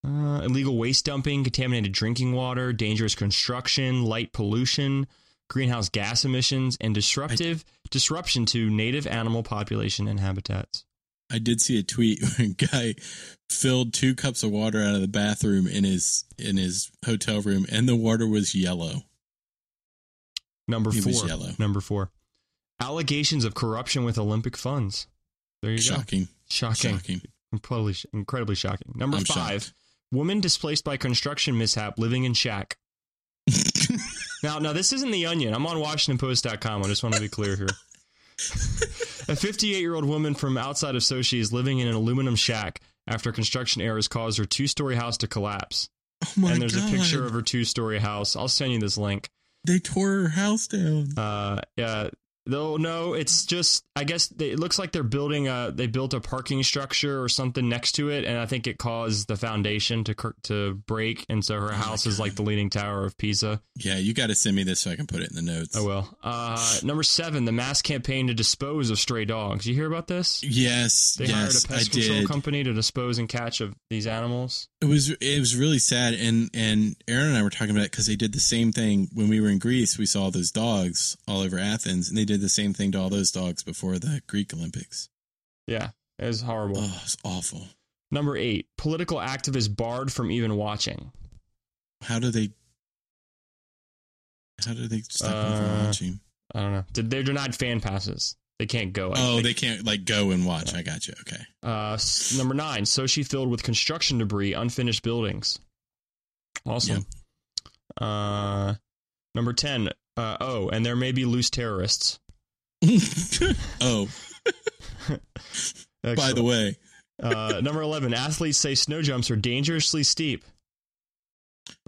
Uh, illegal waste dumping, contaminated drinking water, dangerous construction, light pollution, greenhouse gas emissions, and disruptive disruption to native animal population and habitats. I did see a tweet where a guy filled two cups of water out of the bathroom in his in his hotel room, and the water was yellow. Number He four. was yellow. Number four. Allegations of corruption with Olympic funds. There you Shocking, go. Shocking. shocking. Incredibly, sh- incredibly shocking. Number I'm five. Woman displaced by construction mishap living in shack. now, now this isn't the Onion. I'm on WashingtonPost.com. I just want to be clear here. A 58 year old woman from outside of Sochi is living in an aluminum shack after construction errors caused her two story house to collapse. Oh my and there's god! a picture of her two story house. I'll send you this link. they tore her house down. Uh, yeah. Though no, it's just I guess they, it looks like they're building a they built a parking structure or something next to it, and I think it caused the foundation to cr- to break, and so her Oh my house is God. like the leaning tower of Pisa. Yeah, you got to send me this so I can put it in the notes. Oh well. Uh, number seven, the mass campaign to dispose of stray dogs. You hear about this? Yes, They hired yes, a pest I control did. company to dispose and catch of these animals. It was it was really sad, and and Aaron and I were talking about it because they did the same thing when we were in Greece. We saw those dogs all over Athens, and they did the same thing to all those dogs before the Greek Olympics. Yeah, it was horrible. Oh, it's awful. Number eight, political activists barred from even watching. How do they? How do they stop them Uh, from watching? I don't know. Did- They're denied fan passes. They can't go. I Oh, think. they can't like go and watch. I got you. Okay. Uh, s- number nine, Sochi filled with construction debris, unfinished buildings. Awesome. Uh, number 10, uh, oh, and there may be loose terrorists. oh, by the way, uh, number 11, athletes say snow jumps are dangerously steep.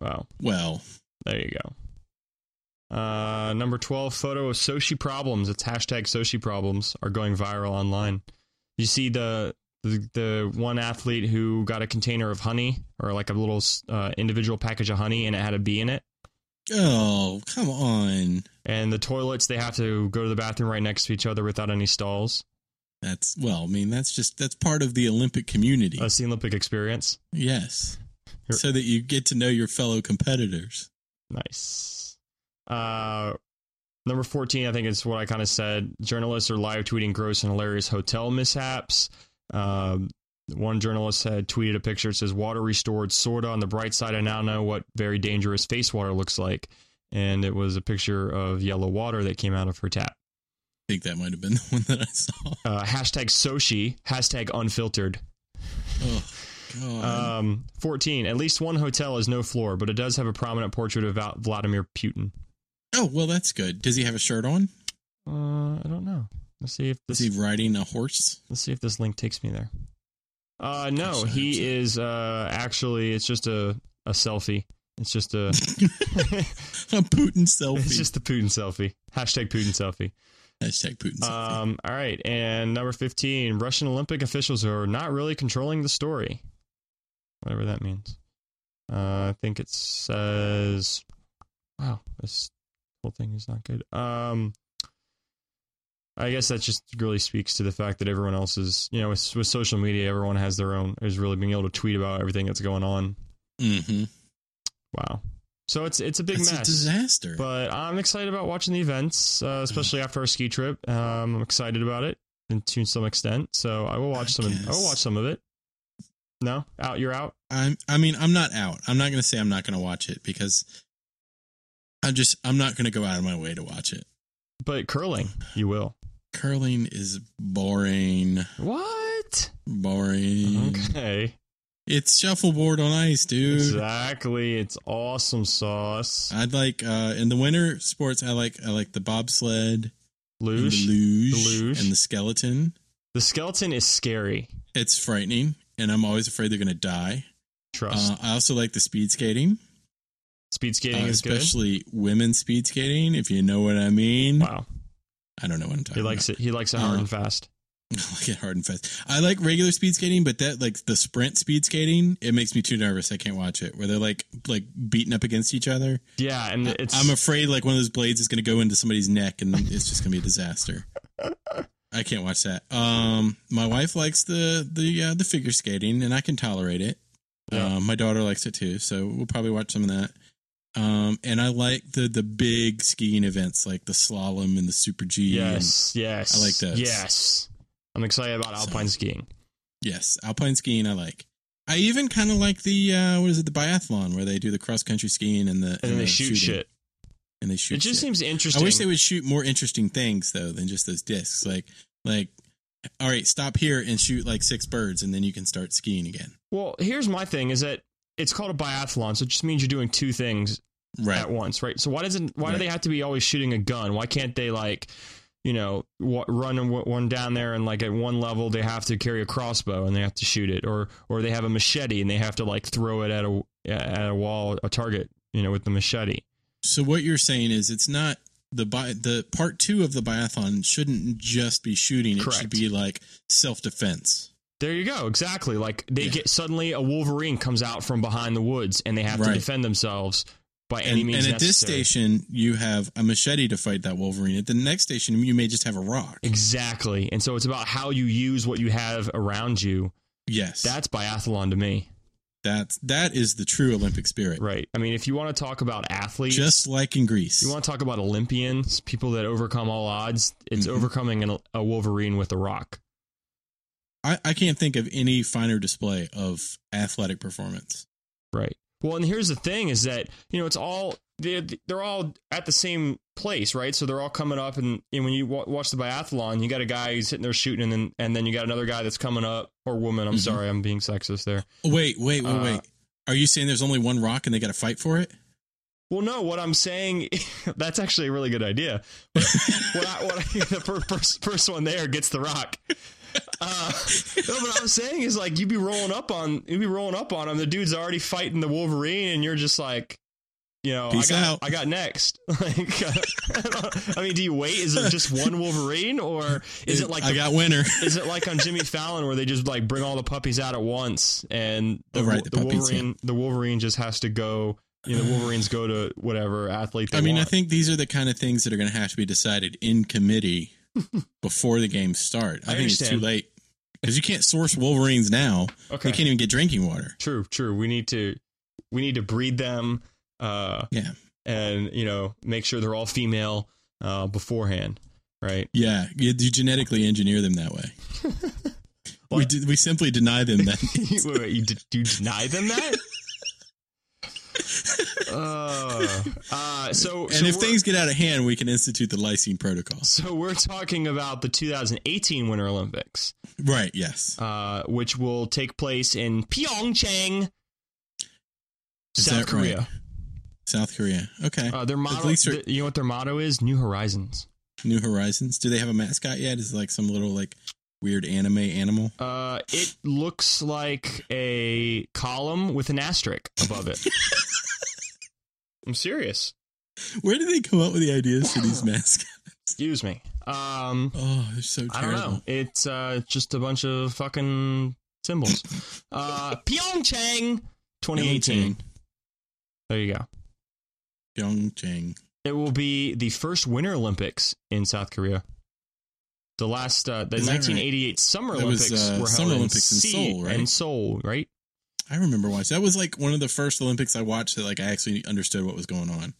Wow, well, there you go. Uh, number 12, photo of Sochi problems. It's hashtag Sochi problems are going viral online. You see the the, the one athlete who got a container of honey or like a little uh, individual package of honey and it had a bee in it. oh, come on. And the toilets they have to go to the bathroom right next to each other without any stalls. That's well. I mean, that's just that's part of the Olympic community. That's the Olympic experience. yes, so that you get to know your fellow competitors. Nice. Uh, number 14, I think it's what I kind of said. Journalists are live tweeting gross and hilarious hotel mishaps. Um, one journalist had tweeted a picture. It says, Water restored, sorta on the bright side. I now know what very dangerous face water looks like. And it was a picture of yellow water that came out of her tap. I think that might have been the one that I saw. Uh, hashtag Sochi, hashtag unfiltered. Oh, God. Um, 14. At least one hotel has no floor, but it does have a prominent portrait of Val- Vladimir Putin. oh well, that's good. Does he have a shirt on? Uh, I don't know. Let's see if Is this. he riding a horse? Let's see if this link takes me there. Uh, no, Gosh, I hope so. he is. Uh, actually, it's just a a selfie. It's just a. A Putin selfie. it's just the Putin selfie. Hashtag Putin selfie. Hashtag Putin selfie. Um, all right, and number fifteen, Russian Olympic officials are not really controlling the story, whatever that means. Uh, I think it says, "Wow, this whole thing is not good." Um, I guess that just really speaks to the fact that everyone else is, you know, with, with social media, everyone has their own. Is really being able to tweet about everything that's going on. mm-hmm. Wow, so it's it's a big It's a mess. disaster. But I'm excited about watching the events, uh, especially after our ski trip. Um, I'm excited about it, and to some extent. So I will watch I some. I will guess. watch some of it. No, out. You're out. I'm I mean, I'm not out. I'm not gonna say I'm not gonna watch it because I'm just I'm not gonna go out of my way to watch it. But curling, you will. Curling is boring. What? Boring. Uh-huh. Okay. It's shuffleboard on ice, dude. uh, Exactly. It's awesome sauce. I'd like uh in the winter sports I like I like the bobsled, and Luge. the luge, The luge. and the skeleton. The skeleton is scary. It's frightening and I'm always afraid they're gonna die. Trust. Uh, I also like the speed skating. Speed Uh, skating is good. especially women's speed skating, if you know what I mean. Wow. I don't know what I'm talking He likes it. He likes it hard Uh, and fast. I like it hard and fast. I like regular speed skating, but that like the sprint speed skating, it makes me too nervous. I can't watch it. Where they're like like beating up against each other. Yeah, and it's. I'm afraid like one of those blades is going to go into somebody's neck, and it's just going to be a disaster. I can't watch that. Um, my wife likes the the uh, the figure skating, and I can tolerate it. Yeah. Um, my daughter likes it too, so we'll probably watch some of that. Um, and I like the the big skiing events like the slalom and the super G. and- yes. Yes. I like those. Yes. I'm excited about So- alpine skiing. Yes, alpine skiing I like. I even kind of like the uh, what is it, the biathlon where they do the cross country skiing and the and then the they shoot shooting. shit. and they shoot. It just shit. seems interesting. I wish they would shoot more interesting things though than just those discs. Like like, all right, stop here and shoot like six birds, and then you can start skiing again. Well, here's my thing: is that it's called a biathlon, so it just means you're doing two things Right. at once, right? So why doesn't why do Right. they have to be always shooting a gun? Why can't they like, you know, w- run a- one down there and like at one level they have to carry a crossbow and they have to shoot it, or or they have a machete and they have to like throw it at a at a wall, a target, you know, with the machete. So what you're saying is it's not the bi- the part two of the biathlon shouldn't just be shooting. It should Correct. be like self defense. There you go. Exactly. Like they Yeah. get suddenly a Wolverine comes out from behind the woods and they have Right. to defend themselves by And, any means and at this necessary. station, you have a machete to fight that Wolverine. At the next station, you may just have a rock. Exactly. And so it's about how you use what you have around you. Yes, That's biathlon to me. That's that is the true Olympic spirit. Right. I mean, if you want to talk about athletes, Just like in Greece. you want to talk about Olympians, people that overcome all odds, it's Mhm. overcoming an, a Wolverine with a rock. I, I can't think of any finer display of athletic performance. Right. Well, and here's the thing is that, you know, it's all they're, they're all at the same place, right? So they're all coming up and, and when you wa watch the biathlon, you got a guy who's sitting there shooting and then and then you got another guy that's coming up or woman, I'm Mhm. sorry, I'm being sexist there. Oh, wait, wait, wait, Uh, wait. Are you saying there's only one rock and they got to fight for it? Well, no, what I'm saying, that's actually a really good idea. But what I, what I, the fir- first, first one there gets the rock. Uh, no, but I'm saying is like you'd be rolling up on you'd be rolling up on him. The dude's already fighting the Wolverine, and you're just like, you know, Peace I got out. I got next. Like, I mean, do you wait? Is it just one Wolverine, or is it like I the- got winner? is it like on Jimmy Fallon where they just like bring all the puppies out at once and the, Oh, right, the the, puppies, Wolverine the Wolverine just has to go you know the Wolverines go to whatever athlete they I mean, I want. think these are the kind of things that are going to have to be decided in committee before the games start. I, I think it's too understand. late because you can't source Wolverines now. okay They can't e even get drinking water. true true we need to we need to breed them uh Yeah. and you know make sure they're all female uh beforehand right Yeah, you, you genetically engineer them that way. we What? did, we simply deny them that. wait, wait, you, d- you deny them that uh, uh so and so if we're- things get out of hand, we can institute the lysine protocol. so we're talking about the 2018 Winter Olympics Right. Yes. uh, which will take place in Pyeongchang, Is South that Korea. right? South Korea. Okay. Uh, their motto, least they're- th- you know what their motto is? New Horizons. New Horizons. Do they have a mascot yet? Is it like some little like weird anime animal? Uh, it looks like a column with an asterisk above it. I'm serious. Where do they come up with the ideas for these mascots? Excuse me. Um, Oh, they're so I don't terrible. know. It's uh just a bunch of fucking symbols. Uh, Pyeongchang, 2018. There you go. Pyeongchang. It will be the first Winter Olympics in South Korea. The last, uh, the Is that right? 1988 Summer That was, Olympics uh, were held Summer in, Olympics in Se- Seoul, right? In Seoul, right? I remember watching. That was like one of the first Olympics I watched that like I actually understood what was going on.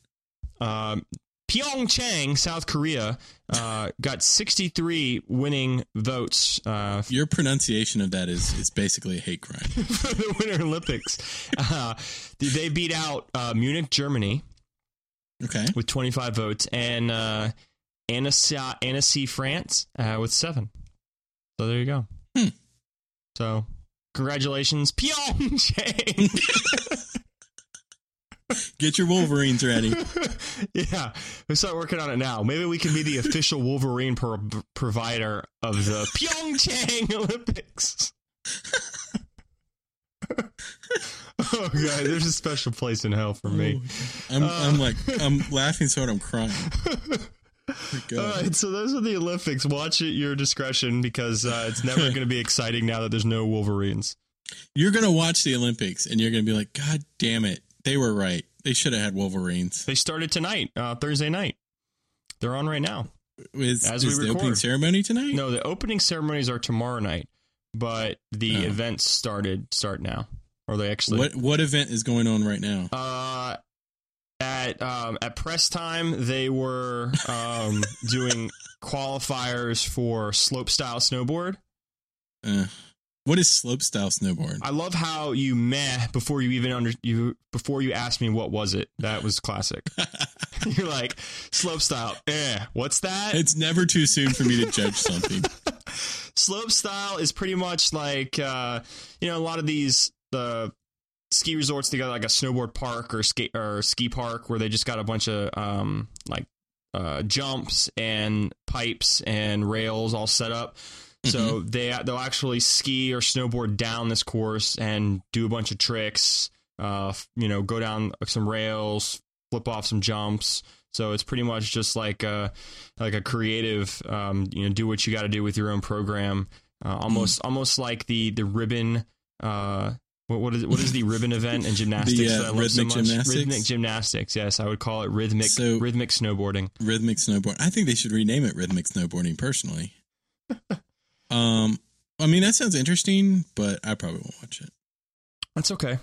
Um, Pyeongchang, South Korea, uh, got 63 winning votes uh, Your pronunciation of that is is basically a hate crime. for the Winter Olympics. Uh, they beat out uh, Munich, Germany, Okay. with 25 votes, and uh, Annecy, Annecy, France, uh, with seven. So there you go. Hmm. So congratulations, Pyeongchang. Get your Wolverines ready. yeah, we start working on it now. Maybe we can be the official Wolverine pro- provider of the Pyeongchang Olympics. oh god, there's a special place in hell for me. I'm Uh. I'm like I'm laughing so hard I'm crying. My All God. right, so those are the Olympics. Watch at your discretion because uh, it's never going to be exciting now that there's no Wolverines. You're gonna watch the Olympics and you're gonna be like, God damn it, they were right. They should have had Wolverines. They started tonight, uh, Thursday night. They're on right now. Is, As we is the record. opening ceremony tonight? No, the opening ceremonies are tomorrow night, but the Oh. events started start now, or they actually What what event is going on right now? Uh, at um, at press time, they were um, doing qualifiers for slopestyle snowboard. Uh, what is slopestyle snowboard? I love how you meh before you even under you before you asked me what was it. That was classic. You're like slopestyle. Eh, what's that? it's never too soon for me to judge something. Slopestyle is pretty much like uh, you know a lot of these the ski resorts they got like a snowboard park or skate or ski park where they just got a bunch of um like uh, jumps and pipes and rails all set up. So Mm-hmm. they they'll actually ski or snowboard down this course and do a bunch of tricks. Uh, f- you know, go down uh, some rails, flip off some jumps. So it's pretty much just like a like a creative. Um, you know, do what you got to do with your own program. Uh, Mm-hmm. almost almost like the the ribbon. Uh, what, what is what is the ribbon event in gymnastics uh, that I love so rhythmic much? gymnastics? Rhythmic gymnastics. Yes, I would call it rhythmic So- rhythmic snowboarding. Rhythmic snowboard. I think they should rename it rhythmic snowboarding. Personally, um, I mean that sounds interesting, but I probably won't watch it. That's okay.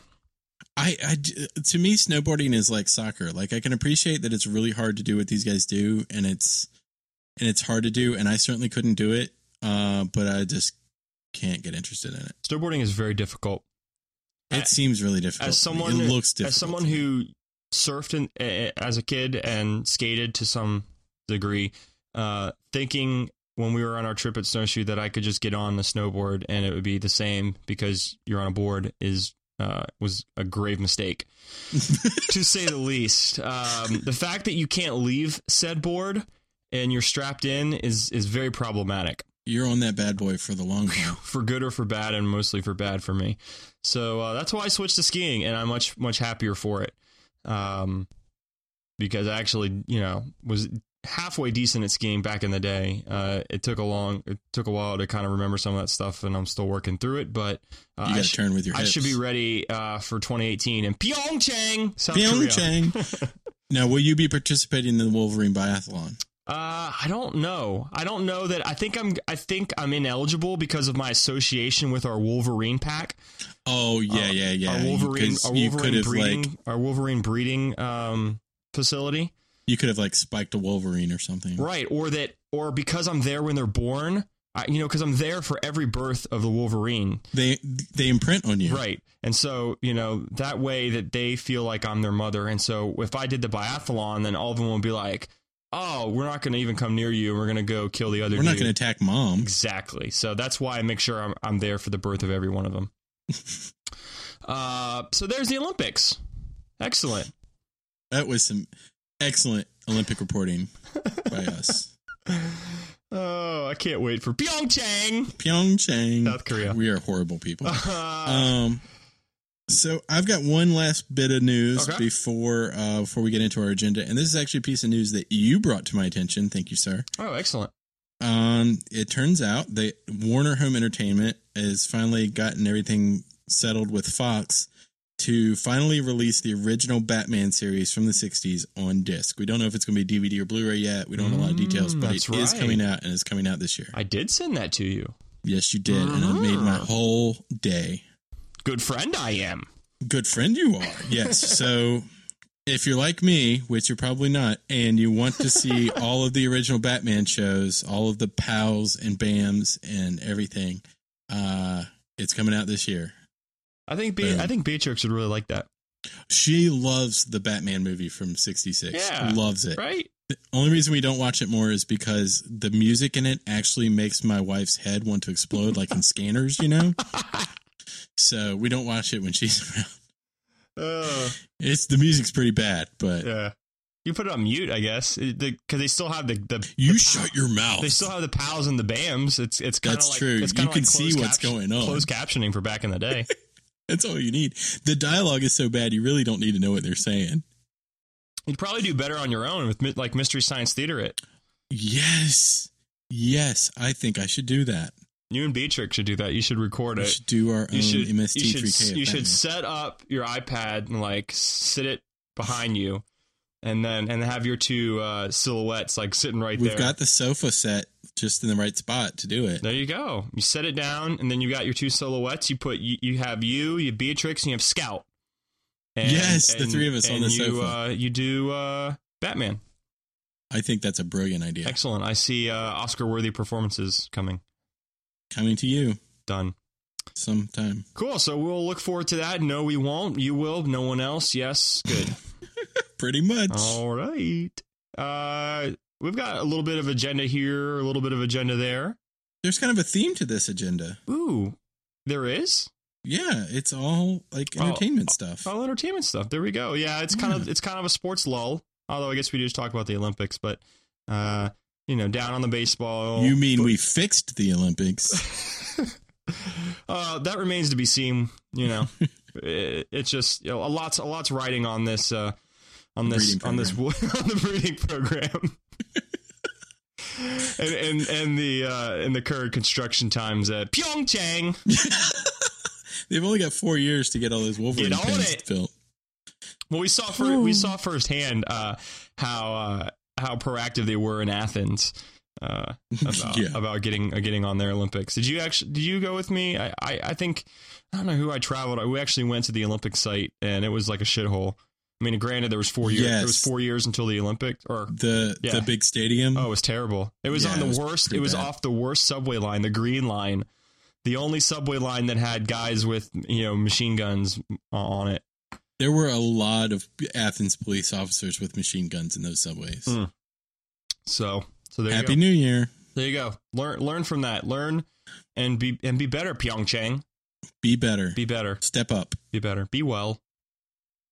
I, I j- to me snowboarding is like soccer like i can appreciate that it's really hard to do what these guys do and it's and it's hard to do and i certainly couldn't do it uh but i just can't get interested in it Snowboarding is very difficult. it A- seems really difficult as to me. someone it looks difficult as someone to me. who surfed in, eh, as a kid and skated to some degree, uh, thinking when we were on our trip at Snowshoe that I could just get on the snowboard and it would be the same because you're on a board is uh, was a grave mistake, to say the least. Um, the fact that you can't leave said board and you're strapped in is is very problematic you're on that bad boy for the long haul for good or for bad, and mostly for bad for me. So uh, that's why I switched to skiing, and I'm much much happier for it, um, because I actually you know was halfway decent at skiing back in the day. Uh, it took a long, it took a while to kind of remember some of that stuff, and I'm still working through it. But uh, you I, gotta sh- turn with your I hips. should be ready uh, for 2018 in Pyeongchang, South Korea. Pyeongchang. now will you be participating in the wolverine biathlon Uh, I don't know. I don't know that. I think I'm. I think I'm ineligible because of my association with our Wolverine pack. oh yeah Uh, yeah yeah our Wolverine, 'cause our you could Wolverine have breeding, like our Wolverine breeding um, facility, you could have like spiked a wolverine or something right? Or that, or because I'm there when they're born, I, you know, because I'm there for every birth of the Wolverine, they they imprint on you right? And so, you know, that way that they feel like I'm their mother, and so if I did the biathlon, then all of them will be like, "Oh, we're not going to even come near you. We're going to go kill the other." we're not dude." going to attack mom Exactly. So that's why I make sure I'm, I'm there for the birth of every one of them. uh, so there's the Olympics. Excellent. That was some excellent Olympic reporting by us. Oh, can't wait for Pyeongchang. Pyeongchang, South Korea. Oh, We are horrible people. um, so I've got one last bit of news Okay. before uh, before we get into our agenda, and this is actually a piece of news that you brought to my attention. Thank you, sir. oh, excellent. Um, it turns out that Warner Home Entertainment has finally gotten everything settled with Fox to finally release the original Batman series from the 60s on disc. We don't know if it's going to be DVD or Blu-ray yet. We don't know a lot of details, Mm, but it is that's right. coming out and it's coming out this year. I did send that to you. yes, you did, and it made my Ah. whole day. Good friend I am. Good friend you are. Yes. so if you're like me, which you're probably not, and you want to see all of the original Batman shows, all of the pals and bams and everything, uh, it's coming out this year. I think Be- Boom. I think Beatrix would really like that. She loves the Batman movie from 66. Yeah. Loves it. Right? Only reason we don't watch it more is because the music in it actually makes my wife's head want to explode like in scanners, you know? So we don't watch it when she's around. Uh, It's the music's pretty bad, but yeah. You put it on mute, I guess, because they still have the, the you the- shut your mouth. They still have the pals and the bams. It's it's kind of That's like, true. It's You kinda can like see closed what's going on. Closed captioning for back in the day. That's all you need. The dialogue is so bad, you really don't need to know what they're saying. You'd probably do better on your own with mi- like Mystery Science Theater. It Yes. Yes. I think I should do that. you and Beatrix should do that. You should record We it. should do our You own should you MST3K. should you should event. set up your iPad and like sit it behind you, and then and have your two uh, silhouettes like sitting right We've there. got the sofa set just in the right spot to do it. there you go. You set it down, and then you got your two silhouettes. You put you, you have you, you have Beatrix, and you have Scout. Yes, the three of us on and the you, sofa. Uh, you do uh, Batman. I think that's a brilliant idea. Excellent. I see uh, Oscar worthy performances coming. Coming to you Done. sometime. Cool. So we'll look forward to that. No, we won't. You will. No one else. Yes. Good. Pretty much. All right. Uh, we've got a little bit of agenda here, a little bit of agenda there. There's kind of a theme to this agenda. Ooh, there is. Yeah, it's all like Oh, entertainment stuff. All entertainment stuff. There we go. Yeah, it's kind of it's kind of a sports lull. Although I guess we just talk about the Olympics, but uh, you know, down on the baseball. you mean we fixed the Olympics? uh, that remains to be seen. You know, it, it's just you know, a lot's a lot's riding on this uh, on this Breeding on this on the breeding program. And, and and the uh, and the current construction times at Pyeongchang. They've only got four years to get all those Wolverine on pins it. built. Well, we saw for, we saw firsthand uh, how uh, how proactive they were in Athens uh, about, Yeah. about getting uh, getting on their Olympics. Did you actually did you go with me? I, I, I think I don't know who I traveled. We actually went to the Olympic site and it was like a shithole. I mean, granted, there was four years. There was Yes. four years until the Olympics. Or The Yeah. the big stadium. oh, it was terrible. It was Yeah, on the it was worst. pretty It was bad. off the worst subway line, the Green Line, the only subway line that had guys with you know machine guns on it. There were a lot of Athens police officers with machine guns in those subways. Mm, So so there you go. Happy New Year. There you go. Learn learn from that. Learn and be and be better, Pyeongchang. Be better. Be better. Step up. Be better. Be well.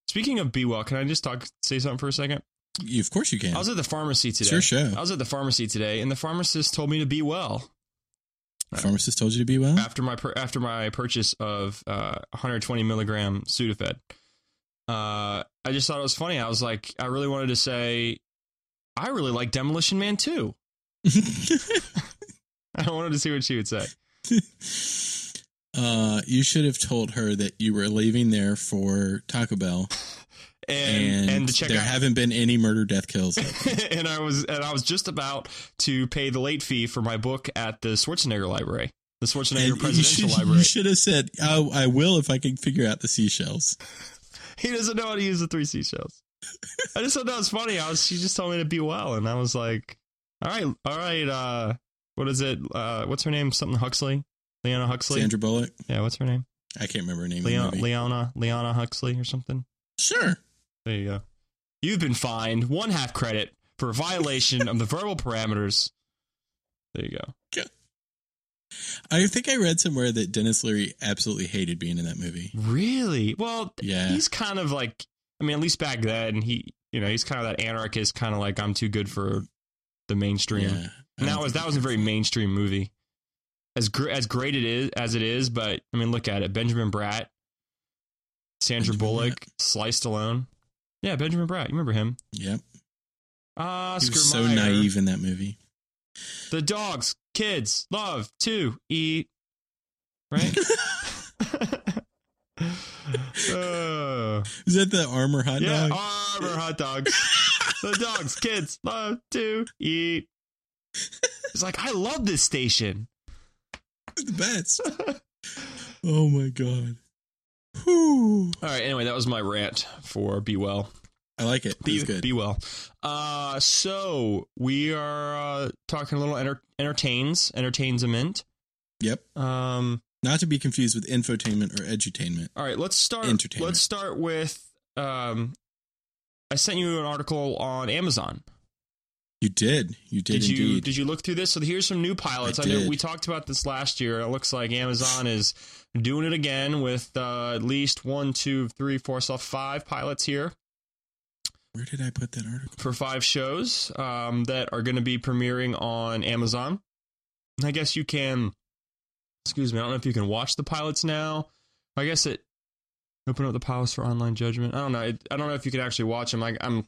Speaking of be well, can I just talk say something for a second? You, of course you can. I was at the pharmacy it's today. your show. I was at the pharmacy today and the pharmacist told me to be well The pharmacist told you to be well. after my pur- after my purchase of uh, 120 milligram Sudafed. Uh, I just thought it was funny. I was like, I really wanted to say, I really like Demolition Man too. I wanted to see what she would say. uh, you should have told her that you were leaving there for Taco Bell, And and, and, to check there out haven't been any murder death kills. and I was and I was just about to pay the late fee for my book at the Schwarzenegger Library, the Schwarzenegger And you, Presidential should, Library. you should have said, oh, "I will if I can figure out the seashells." He doesn't know how to use the three seashells. I just thought that was funny. I was she just told me to be well, and I was like, all right, all right. Uh, what is it? Uh, what's her name? Something Huxley, Leona Huxley. Sandra Mm-hmm. Bullock. Yeah, what's her name? I can't remember her name. in the Leona movie. Leona Leona Huxley or something. Sure. There you go. You've been fined one half credit for a violation of the verbal parameters. There you go. I think I read somewhere that Dennis Leary absolutely hated being in that movie. Really? Well, Yeah. he's kind of like I mean, at least back then he you know, he's kind of that anarchist kind of like I'm too good for the mainstream. Yeah. And that was that was a very mainstream movie. As gr- as great it is as it is, but I mean, look at it: Benjamin Bratt, Sandra Benjamin Bullock, Sly Stallone. Yeah, Benjamin Bratt. You remember him? Yep. Oscar He was so Mayer. naive in that movie. The dogs, kids, love to eat. Right. Uh, Is that the armor hot yeah, uh, dog? armor hot dogs. the dogs, kids love to eat. It's like I love this station. the best. oh my god. Whew. All right. Anyway, that was my rant for Be Well. I like it. Be, It's good. be well. Uh, so we are uh, talking a little enter- entertains, entertainment. yep. Um, Not to be confused with infotainment or edutainment. all right, let's start. Entertainment. Let's start with. Um, I sent you an article on Amazon. You did. You did, Did, you indeed. did you look through this? So here's some new pilots. I I, know did. we talked about this last year. It looks like Amazon is doing it again with uh, at least one, two, three, four, so five pilots here. Where did I put that article? for five shows um, that are going to be premiering on Amazon. And I guess you can, excuse me, I don't know if you can watch the pilots now. I guess it open up the pilots for online judgment. I don't know. It, I don't know if you can actually watch them. I, I'm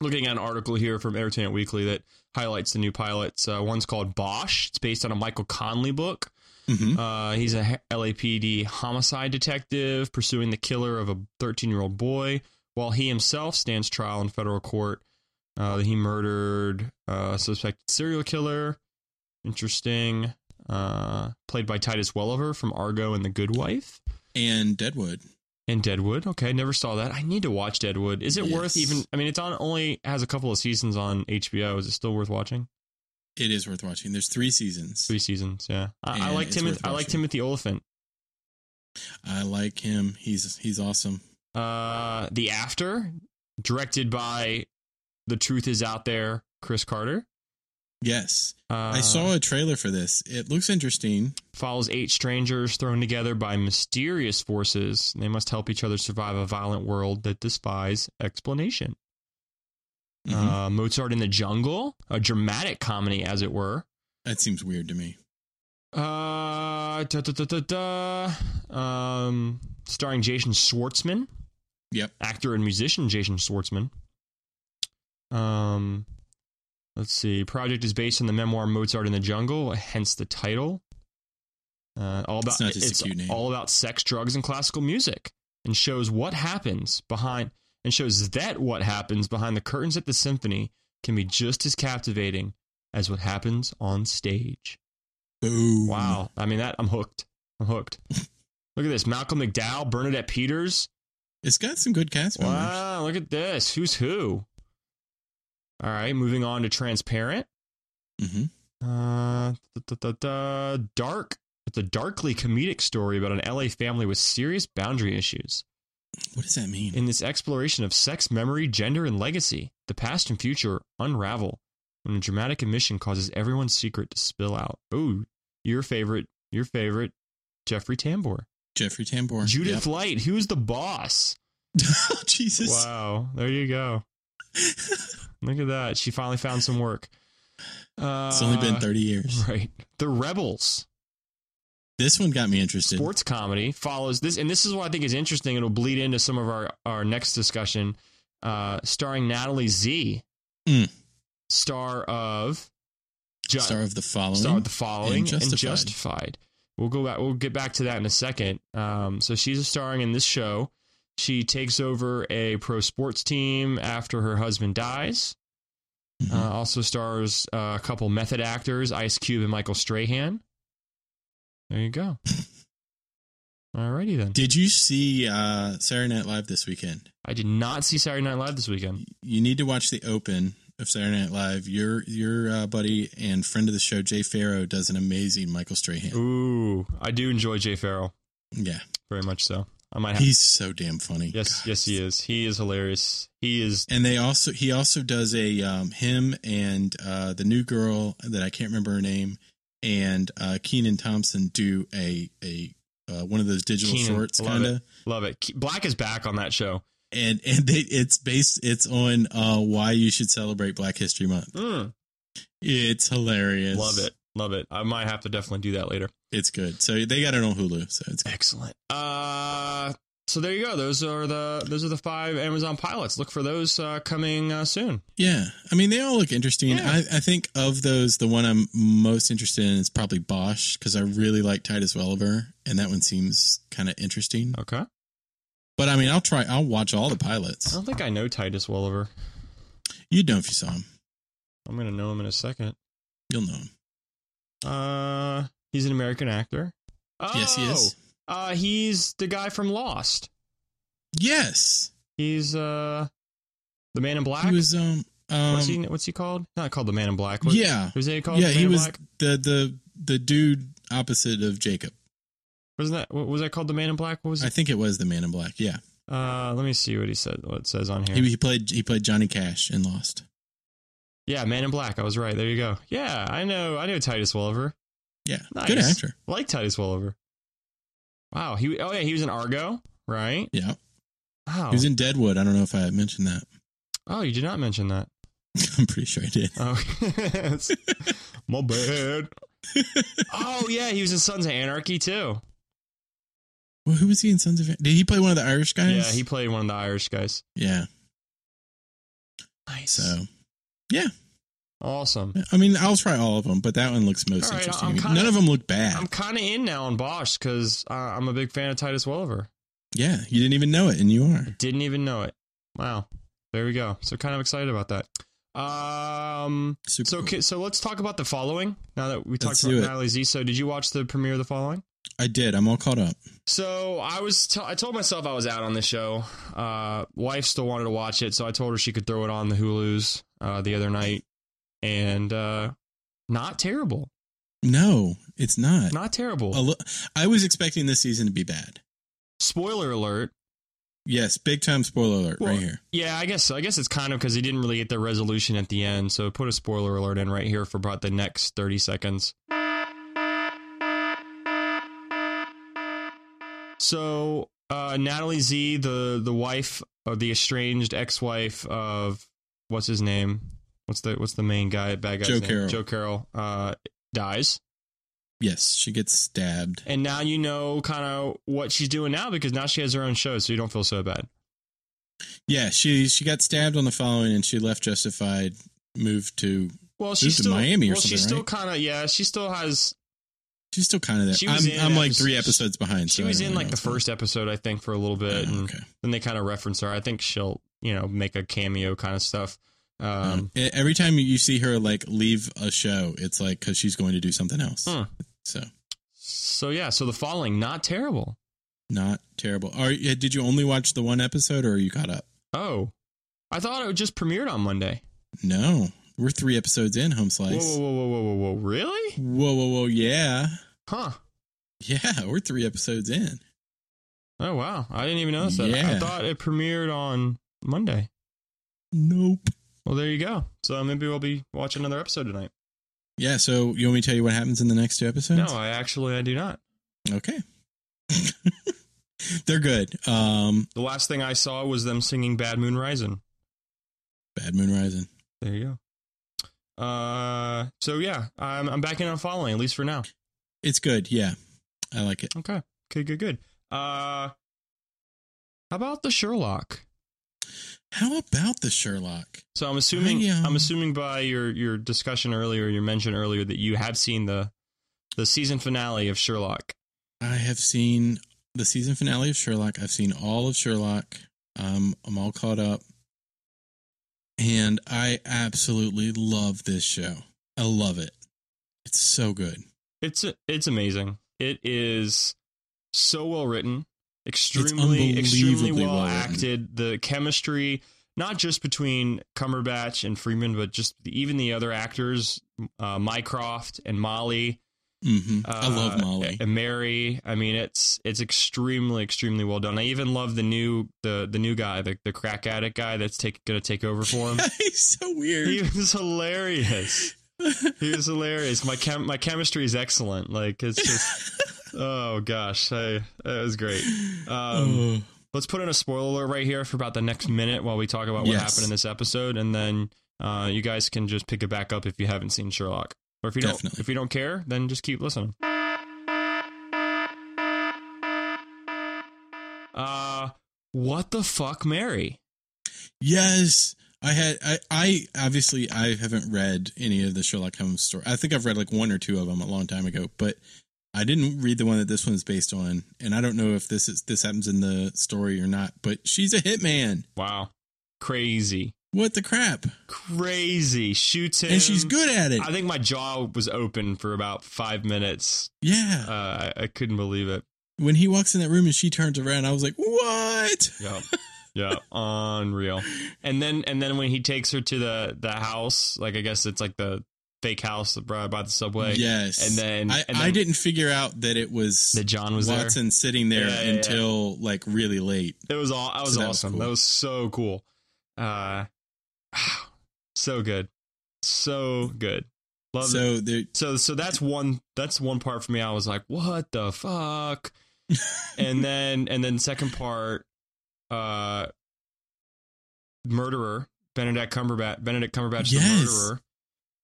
looking at an article here from Entertainment Weekly that highlights the new pilots. Uh, one's called Bosch. It's based on a Michael Conley book. Mm-hmm. Uh, he's a H- LAPD homicide detective pursuing the killer of a 13 year old boy while he himself stands trial in federal court. Uh, he murdered uh, suspected serial killer. Interesting. Uh, played by Titus Welliver from Argo and The Good Wife and Deadwood. and Deadwood. Okay, never saw that. I need to watch Deadwood. Is it worth Yes. even? I mean, it's on only has a couple of seasons on HBO. Is it still worth watching? It is worth watching. There's three seasons. Three seasons. Yeah, I, I Yeah, like it's Timothy. worth I like watching. Timothy Oliphant. I like him. He's he's awesome. Uh, The After, directed by The Truth Is Out There, Chris Carter. Yes. Uh, I saw a trailer for this. It looks interesting. follows eight strangers thrown together by mysterious forces. They must help each other survive a violent world that defies explanation. Mhm. Uh, Mozart in the Jungle, a dramatic comedy, as it were. that Uh, seems weird to me. Uh, da, da, da, da, da. Um, starring Jason Schwartzman. Yep. actor and musician Jason Schwartzman. Um, let's see. Project is based on the memoir Mozart in the Jungle, hence the title. Uh, all about It's not just a it's cute name. all about sex, drugs, and classical music, and shows what happens behind and shows that what happens behind the curtains at the symphony can be just as captivating as what happens on stage. Boom. Wow. I mean that I'm hooked. I'm hooked. Look at this. Malcolm McDowell, Bernadette Peters, It's got some good cast members. Wow, look at this. Who's who? All right, moving on to Transparent. Mhm. Uh, da, da, da, da, dark. It's a darkly comedic story about an LA family with serious boundary issues. What does that mean? In this exploration of sex, memory, gender, and legacy, the past and future unravel when a dramatic admission causes everyone's secret to spill out. Ooh, your favorite, your favorite, Jeffrey Tambor. Jeffrey Tambor. Judith Oh, Light, who's the boss? Yep. Jesus. Wow, there you go. Look at that. She finally found some work. Uh, It's only been 30 years. Right. The Rebels This one got me interested. sports comedy follows this, and this is what I think is interesting. It'll bleed into some of our our next discussion, uh, starring Natalie Z, Mm. star of Ju- Star of the following. Start with the following and and justified. Justified. We'll go back. We'll get back to that in a second. Um, so she's starring in this show. She takes over a pro sports team after her husband dies. Mhm. Uh, also stars uh, a couple method actors, Ice Cube and Michael Strahan. There you go. Alrighty then. Did you see uh, Saturday Night Live this weekend? I did not see Saturday Night Live this weekend. You need to watch the open of Saturday Night Live. Your your uh, buddy and friend of the show, Jay Farrow, does an amazing Michael Strahan. Ooh, I do enjoy Jay Farrell Yeah, very much. So I might have. he's so damn funny. yes, yes, he is. He is hilarious. He is. And they also he also does a um, him and uh, the new girl that I can't remember her name and uh, Keenan Thompson do a a uh, one of those digital Kenan, shorts love kind it. of. Love it. Ke- Black is back on that show. and and they, it's based it's on uh, why you should celebrate Black History Month, Mm. It's hilarious. Love it. Love it. I might have to definitely do that later. It's good. So they got it on Hulu. So it's Excellent. Uh, so there you go. Those are the those are the five Amazon pilots. Look for those uh, coming uh, soon. yeah. I mean, they all look interesting. Yeah. I, I think of those, the one I'm most interested in is probably Bosch because I really like Titus Welliver, and that one seems kind of interesting. Okay. I But I mean, I'll try. I'll watch all the pilots. don't think I know Titus Welliver. You'd know if you saw him. I'm gonna know him in a second. You'll know him. Uh, he's an American actor. Oh, Yes, he is. Uh, he's the guy from Lost. Yes, He's uh, the Man in Black. he was. Um, um what's he? What's he called? Not called the Man in Black. What, yeah, Was he called? yeah. the Man He in was Black? the the the dude opposite of Jacob. Wasn't that? what- Was that called the Man in Black? What was I it? think it was the Man in Black. Yeah, Uh, let me see what he said. What it says on here? he he played he played Johnny Cash in Lost. yeah, Man in Black. I was right. There you go. Yeah, I know. I know Titus Welliver. Yeah, Nice. good actor. Like Titus Welliver. Wow. He. Oh yeah. He was in Argo, right? Yeah, Wow. he was in Deadwood. I don't know if I mentioned that. oh, you did not mention that. I'm pretty sure I did. Oh, yes. my bad. oh yeah, he was in Sons of Anarchy too. Well, who was he in Sons of? Anarchy? Did he play one of the Irish guys? Yeah, he played one of the Irish guys. Yeah. Nice. So Awesome. I mean, I'll try all of them, but that one looks most All right, interesting. I'm to me. kinda- None of them look bad. I'm kind of in now on Bosch because uh, I'm a big fan of Titus Welliver. yeah, you didn't even know it, and you are. Didn't even know it. Wow. There we go. So kind of excited about that. Um. Super So cool. okay, so let's talk about the following. Now that we talked Let's about do it. Natalie Z. So did you watch the premiere of the following? I did. I'm all caught up. So I was t- I told myself I was out on the show. Uh, wife still wanted to watch it, so I told her she could throw it on the Hulu's uh, the other night, and uh, not terrible, No, it's not. not A terrible. lo- I was expecting this season to be bad. Spoiler alert. Yes, big time spoiler alert Well, right here. Yeah, I guess I guess it's kind of because he didn't really get the resolution at the end, so put a spoiler alert in right here for about the next thirty seconds. So uh, Natalie Z, the the wife or the estranged ex wife of what's his name? What's the what's the main guy bad guy? Joe Carroll. Joe Carroll uh, dies, Yes, she gets stabbed. and now you know kind of what she's doing now because now she has her own show, so you don't feel so bad. Yeah, she she got stabbed on the following, and she left Justified, moved to. Well, Moved she's to still Miami or well, she's something, still right? kind of yeah. She still has She's still kind of She there. was I'm, in I'm like episode- three episodes behind. She so I was don't in really like know the what's going first episode, I think, for a little bit, on. Oh, and okay. then they kind of reference her. I think she'll, you know, make a cameo kind of stuff. Um, E- Every time you see her like leave a show, it's like because she's going to do something else. Hmm. So So yeah, so the falling, not terrible. not terrible. Are yeah, did you only watch the one episode, or are you caught up? Oh, I thought it just premiered on Monday. No, we're three episodes in. Home slice. Whoa, whoa, whoa, whoa, whoa, whoa! Really? whoa, whoa, whoa, yeah, Huh? yeah. We're three episodes in. Oh wow! I didn't even notice that. I Yeah. thought it premiered on Monday. Nope. Well, there you go. So uh, maybe we'll be watching another episode tonight. Yeah. So you want me to tell you what happens in the next two episodes? No, I actually I do not. Okay. They're good. Um, The last thing I saw was them singing "Bad Moon Rising." Bad Moon Rising. There you go. Uh, so yeah, I'm I'm back in on following at least for now. It's good. Yeah, I like it. Okay, good, good, good. Uh, how about the Sherlock? How about the Sherlock? So I'm assuming I, um, I'm assuming by your your discussion earlier, your mention earlier that you have seen the the season finale of Sherlock. I have seen the season finale of Sherlock. I've seen all of Sherlock. Um, I'm all caught up. And I absolutely love this show. I love it. It's so good. It's it's amazing. It is so well written, extremely unbelievably extremely well, well written. acted. The chemistry, not just between Cumberbatch and Freeman, but just even the other actors, uh, Mycroft and Molly. hmm Uh, I love Molly. and Mary. I mean, it's it's extremely extremely well done. I even love the new the the new guy, the the crack addict guy that's take going to take over for him. He's so he weird. was hilarious. He was hilarious. My chem my chemistry is excellent. Like it's just oh gosh, I, that was great. Oh, Um, Let's put in a spoiler alert right here for about the next minute while we talk about what Yes. happened in this episode, and then Uh, you guys can just pick it back up if you haven't seen Sherlock, or if you don't, Definitely. if you don't care, then just keep listening. Uh, what the fuck, Mary? Yes, I had. I, I obviously I haven't read any of the Sherlock Holmes story. I think I've read like one or two of them a long time ago, but I didn't read the one that this one is based on. And I don't know if this is this happens in the story or not. But she's a hitman. Wow, crazy, What the crap? crazy. Shoots him, And she's good at it. I think my jaw was open for about five minutes. yeah. Uh, I, I couldn't believe it. When he walks in that room and she turns around, I was like, "What?" Yeah. Yeah, unreal. And then and then when he takes her to the the house, like I guess it's like the fake house by, by the subway. yes. And then I, and I then didn't figure out that it was that John was Watson sitting there Yeah, yeah, yeah. until like really late. there. It was all that was So that was awesome. cool. that was so cool. Uh so good. So good. Love it. so there, so so that's one that's one part for me i was like what the fuck and then and then second part uh murderer benedict cumberbatch benedict cumberbatch Yes. the murderer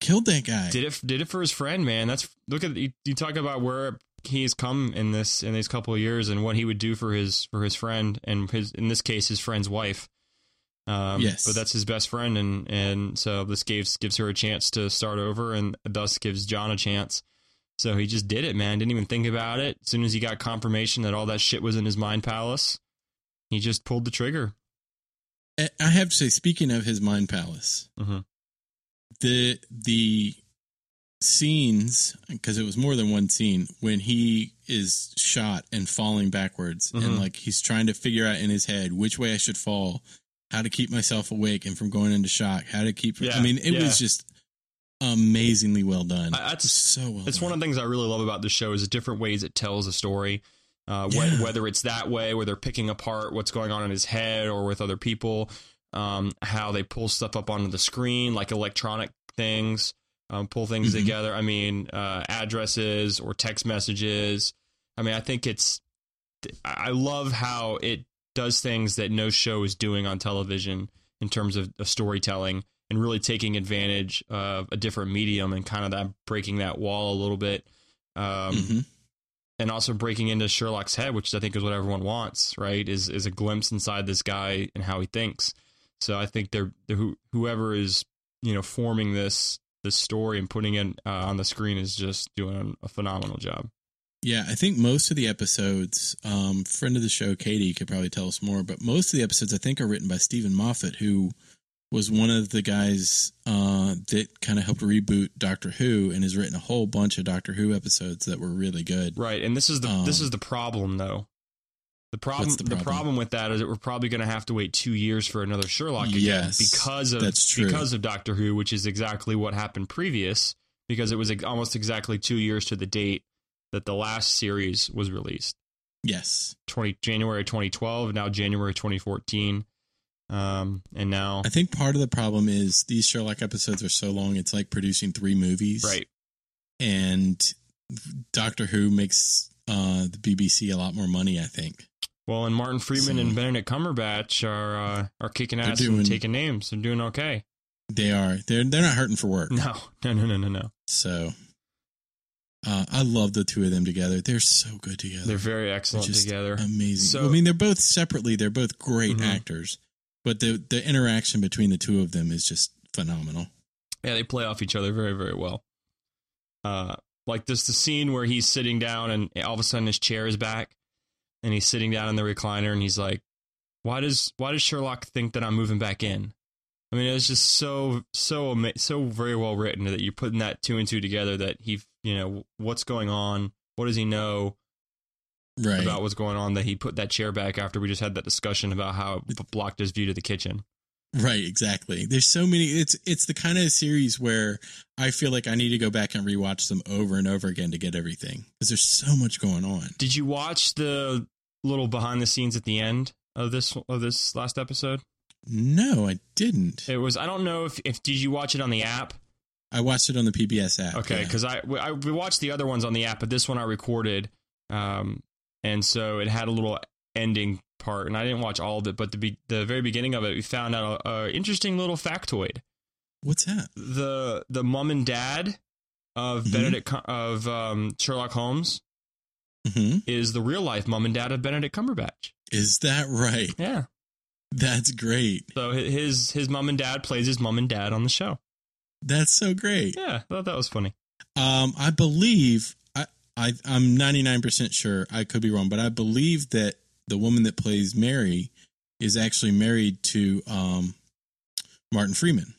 killed that guy. did it did it for his friend man that's look at you, you talk about where he's come in this in these couple of years and what he would do for his for his friend and his in this case his friend's wife um Yes. but that's his best friend and and so this gives gives her a chance to start over and thus gives john a chance so he just did it man didn't even think about it as soon as he got confirmation that all that shit was in his mind palace he just pulled the trigger I- I have to say, speaking of his mind palace, Mhm. the the scenes because it was more than one scene when he is shot and falling backwards and Mhm. like he's trying to figure out in his head which way I should fall, how to keep myself awake and from going into shock, how to keep. Yeah, I mean, it was yeah. just amazingly well done. I- that's- so well. It's done. one of the things I really love about the show is the different ways it tells a story. Uh, wh- Yeah. Whether it's that way, where they're picking apart what's going on in his head or with other people, um, how they pull stuff up onto the screen, like electronic things, um, pull things Mhm. together. I mean, uh, addresses or text messages. I mean, I think it's. I I love how it does things that no show is doing on television in terms of, of storytelling and really taking advantage of a different medium and kind of that breaking that wall a little bit um, Mhm. and also breaking into Sherlock's head, which I think is what everyone wants, right? Is is a glimpse inside this guy and how he thinks. So I think they're, they're who, whoever is you know forming this this story and putting it uh, on the screen is just doing a phenomenal job. Yeah, I think most of the episodes, um, friend of the show, Katie, could probably tell us more, but most of the episodes I think are written by Stephen Moffat, who was one of the guys uh, that kind of helped reboot Doctor Who and has written a whole bunch of Doctor Who episodes that were really good. Right, and this is the this Um, is the problem though. The problem, What's the the problem problem? with that is that we're probably going to have to wait two years for another Sherlock again Yes, because of that's true. because of Doctor Who, which is exactly what happened previous because it was ex- almost exactly two years to the date that the last series was released, Yes. twenty January twenty twelve, now January twenty fourteen, um, and now I think part of the problem is these Sherlock episodes are so long, it's like producing three movies. right, And Doctor Who makes uh, the BBC a lot more money, I think. Well, and Martin Freeman So- and Benedict Cumberbatch are uh, are kicking They're ass doing- and taking names. They're doing okay. They are. They're, they're not hurting for work. No, no, no, no, no, no. So uh, I love the two of them together. They're so good together. They're very excellent just together. amazing. So- I mean, they're both separately. They're both great Mhm. actors, but the the interaction between the two of them is just phenomenal. Yeah, they play off each other very, very well. Uh, like this, the scene where he's sitting down and all of a sudden his chair is back, and he's sitting down in the recliner, and he's like, "Why does Why does Sherlock think that I'm moving back in?" I mean, it's just so so ama- so very well written that you're putting that two and two together. That he, you know, what's going on? What does he know Right. about what's going on? That he put that chair back after we just had that discussion about how it b- blocked his view to the kitchen. Right, exactly. There's so many it's it's the kind of series where I feel like I need to go back and rewatch them over and over again to get everything cuz there's so much going on. Did you watch the little behind the scenes at the end of this of this last episode? No, I didn't. It was I don't know if if did you watch it on the app? I watched it on the PBS app. Okay, yeah. because I, we- I we watched the other ones on the app, but this one I recorded, um, and so it had a little ending part, and I didn't watch all of it, but the be- the very beginning of it, we found out a, a interesting little factoid What's that? the the mom and dad of Mhm. Benedict Cum- of um, Sherlock Holmes hmm is the real life mom and dad of Benedict Cumberbatch. Is that right? Yeah. That's great. So hi- his his mom and dad plays his mom and dad on the show. That's so great. Yeah, I thought that was funny. Um, I believe I, I I'm 99% sure. I could be wrong, but I believe that the woman that plays Mary is actually married to um, Martin Freeman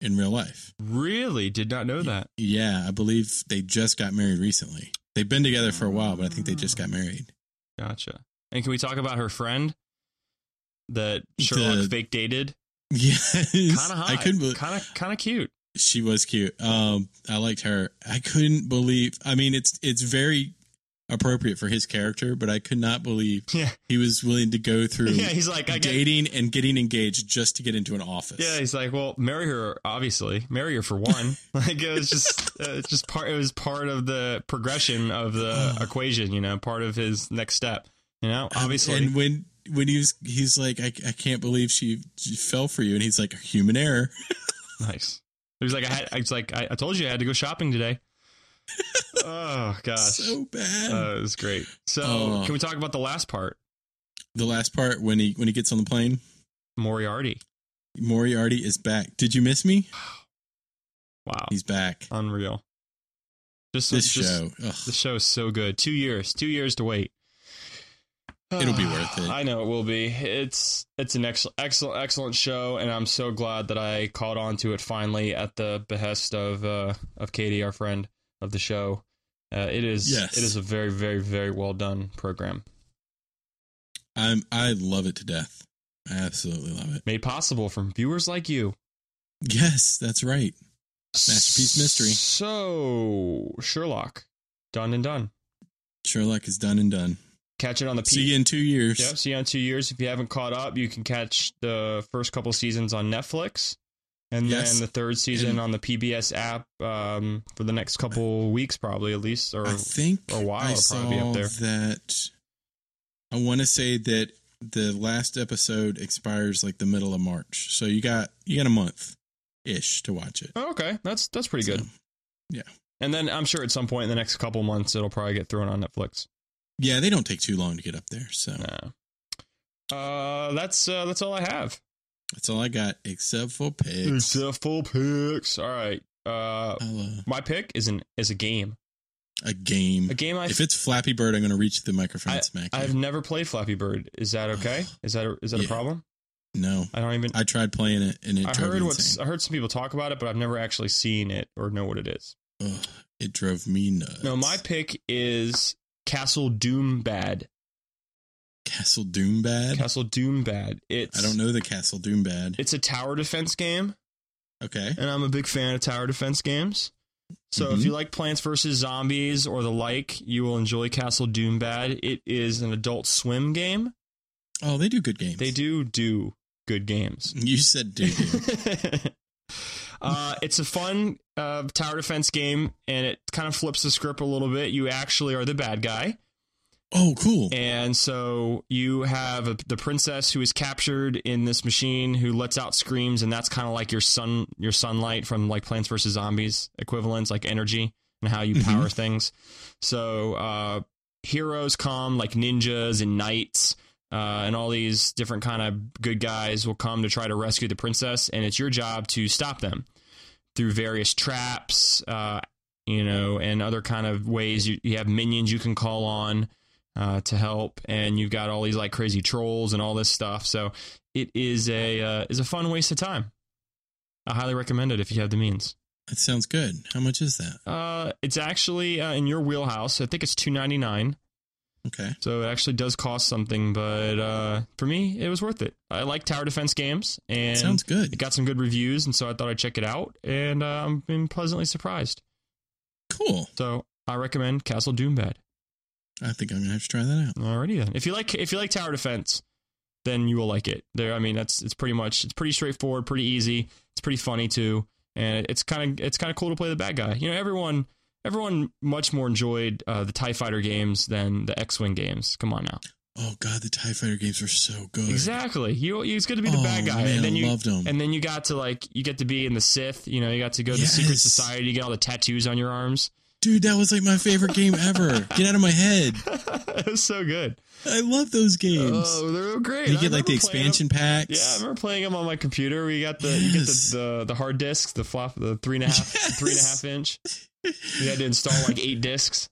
in real life. Really, did not know that. Yeah, I believe they just got married recently. They've been together for a while, but I think they just got married. Gotcha. And can we talk about her friend that Sherlock The- fake dated? Yes, Kind of hot. I couldn't. Believe, Kind of kind of cute. she was cute. Um, I liked her. I couldn't believe. I mean, it's it's very appropriate for his character, but I could not believe Yeah. he was willing to go through Yeah. He's like I get. dating and getting engaged just to get into an office. Yeah, he's like, well, marry her, obviously. Marry her for one. like it was just, uh, it's just part. It was part of the progression of the equation, you know, part of his next step. You know, And- obviously, And when when he was, he's like, I, I can't believe she, she fell for you, and he's like, human error. nice. He was like, I had, I was like, I, I told you I had to go shopping today. oh gosh, So bad. uh, it was great. So, Oh. can we talk about the last part, the last part when he when he gets on the plane, Moriarty? Moriarty is back. Did you miss me? Wow, He's back. unreal. Just this Uh, just- show. Ugh. The show's so good. Two years. Two years to wait. It'll be worth it. I know it will be. It's it's an excellent excellent excellent show, and I'm so glad that I caught on to it finally at the behest of uh, of Katie, our friend of the show. Uh, it is Yes. it is a very very very well done program I'm I love it to death. I absolutely love it. made possible from viewers like you. Yes, that's right. Masterpiece mystery. So Sherlock, done and done. Sherlock is done and done. Catch it on the See you in two years. Yep, see you on two years. If you haven't caught up, you can catch the first couple seasons on Netflix, and Yes. then the third season And- on the PBS app um, for the next couple weeks, probably at least. Or I think or a while I it'll saw probably be up there. that. I want to say that the last episode expires like the middle of March, so you got you got a month ish to watch it. oh, okay, that's that's pretty good. So, yeah. and then I'm sure at some point in the next couple months, it'll probably get thrown on Netflix. Yeah, they don't take too long to get up there, so Nah. Uh, that's uh, that's all I have. that's all I got except for pigs. Except for picks. All right. Uh, I'll, uh, my pick is an is a game. a game. A game I If it's Flappy Bird, I'm going to reach the microphone and smack you. I've never played Flappy Bird. Is that okay? Is that a, is that Yeah. a problem? no, I don't even. I tried playing it and it I drove heard me what's. insane. I heard some people talk about it, but I've never actually seen it or know what it is. Ugh, it drove me nuts. No, my pick is Castle Doom Bad. Castle Doom bad. Castle Doom Bad. It's. I don't know the Castle Doom bad. It's a tower defense game, Okay. and I'm a big fan of tower defense games. So Mhm. if you like Plants vs Zombies or the like, you will enjoy Castle Doom Bad. It is an adult swim game. Oh, they do good games. They do do good games. You said do. do. uh, it's a fun uh, tower defense game, and it kind of flips the script a little bit. You actually are the bad guy, oh, cool. and so you have a, the princess who is captured in this machine who lets out screams, and that's kind of like your sun, your sunlight from like Plants vs Zombies equivalents, like energy and how you Mhm. power things. So uh, heroes come like ninjas and knights uh, and all these different kind of good guys will come to try to rescue the princess, and it's your job to stop them through various traps, uh, you know, and other kind of ways. You, you have minions you can call on uh, to help, and you've got all these like crazy trolls and all this stuff. So it is a uh, is a fun waste of time. I highly recommend it if you have the means. that sounds good. How much is that? Uh, it's actually uh, in your wheelhouse. I think it's two ninety nine. Okay. So it actually does cost something, but uh, for me, it was worth it. I like tower defense games, and sounds it good. got some good reviews, and so I thought I'd check it out, and uh, I'm been pleasantly surprised. Cool. So I recommend Castle Doombad. I think I'm gonna have to try that out. Alrighty then, if you like if you like tower defense, then you will like it. There, I mean, that's it's pretty much it's pretty straightforward, pretty easy. It's pretty funny too, and it's kind of it's kind of cool to play the bad guy. You know, everyone E everyone much more enjoyed uh, the Tie Fighter games than the X Wing games. Come on now. Oh god, the Tie Fighter games were so good. Exactly. You you- it's good to be the Oh, bad guy, man, and then I you loved 'em. and then you got to like you get to be in the Sith. You know, you got to go to the secret Yes. society. You get all the tattoos on your arms. Dude, that was like my favorite game ever. Get out of my head. it was so good. I love those games. Oh, they were great. you I get like remember the playing expansion them- Yeah, I packs. remember playing them on my computer. We got the you get Yes. the, the the hard discs, the flop, the three and a half, Yes. three and a half inch. You had to install like eight discs.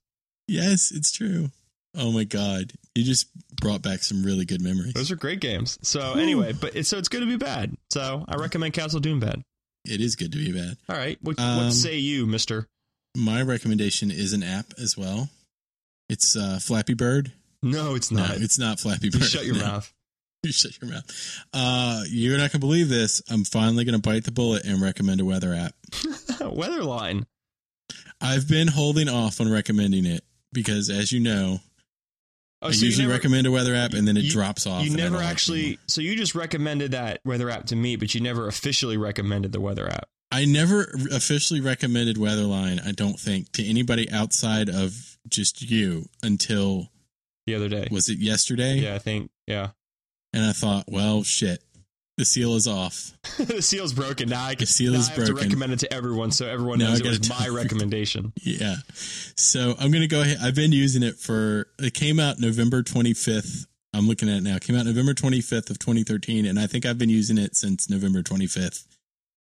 yes, it's true. Oh my god. You just brought back some really good memories. Those are great games. So Whew. anyway, but it's so it's good to be bad. So I recommend Castle Doom bad. It is good to be bad. All right, what, Um, what say you, Mister? My recommendation is an app as well. It's uh, Flappy Bird. No, it's No, not. it's not Flappy you Bird. shut your No. mouth. You shut your mouth. Uh, you're not gonna believe this. I'm finally gonna bite the bullet and recommend a weather app. Weatherline. I've been holding off on recommending it because, as you know, Oh, I so you usually never- recommend a weather app and then it you- drops off. You and I never don't like it actually. anymore. so you just recommended that weather app to me, but you never officially recommended the weather app. I never officially recommended Weatherline. I don't think to anybody outside of just you until the other day. was it yesterday? Yeah, I think. Yeah, And I thought, well, shit, the seal is off. the seal's broken. Now I can. The seal now is I have to broken. recommend it to everyone, so everyone Now knows I it was gotta my tell- recommendation. Yeah. So I'm going to go ahead. I've been using it for, it came out November 25th. I'm looking at it now. It came out November 25th of 2013. And I think I've been using it since November 25th.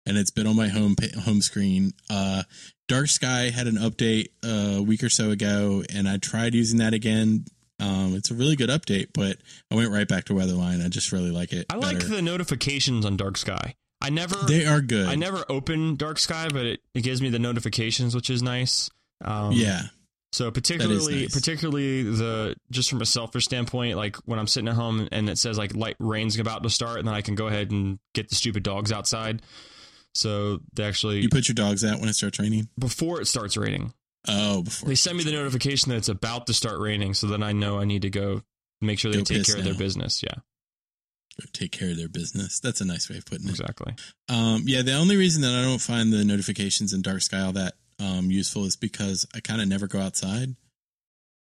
And it's been on my home, pa- home screen. Uh, Dark Sky had an update uh, a week or so ago, and I tried using that again. Um, it's a really good update, but I went right back to Weatherline. I just really like it. I like better. the notifications on Dark Sky. I never. They are good. I never open Dark Sky, but it, it gives me the notifications, which is nice. Um, yeah. So particularly, nice. particularly the just from a selfish standpoint, like when I'm sitting at home and it says like light rain's about to start, and then I can go ahead and get the stupid dogs outside. So they actually You put your dogs out when it starts raining? before it starts raining, Oh, before. they send me the notification that it's about to start raining. So then I know I need to go make sure they Go take piss care of their now. business. Yeah, take care of their business. That's a nice way of putting it. exactly. Um, yeah, the only reason that I don't find the notifications in Dark Sky all that um, useful is because I kind of never go outside.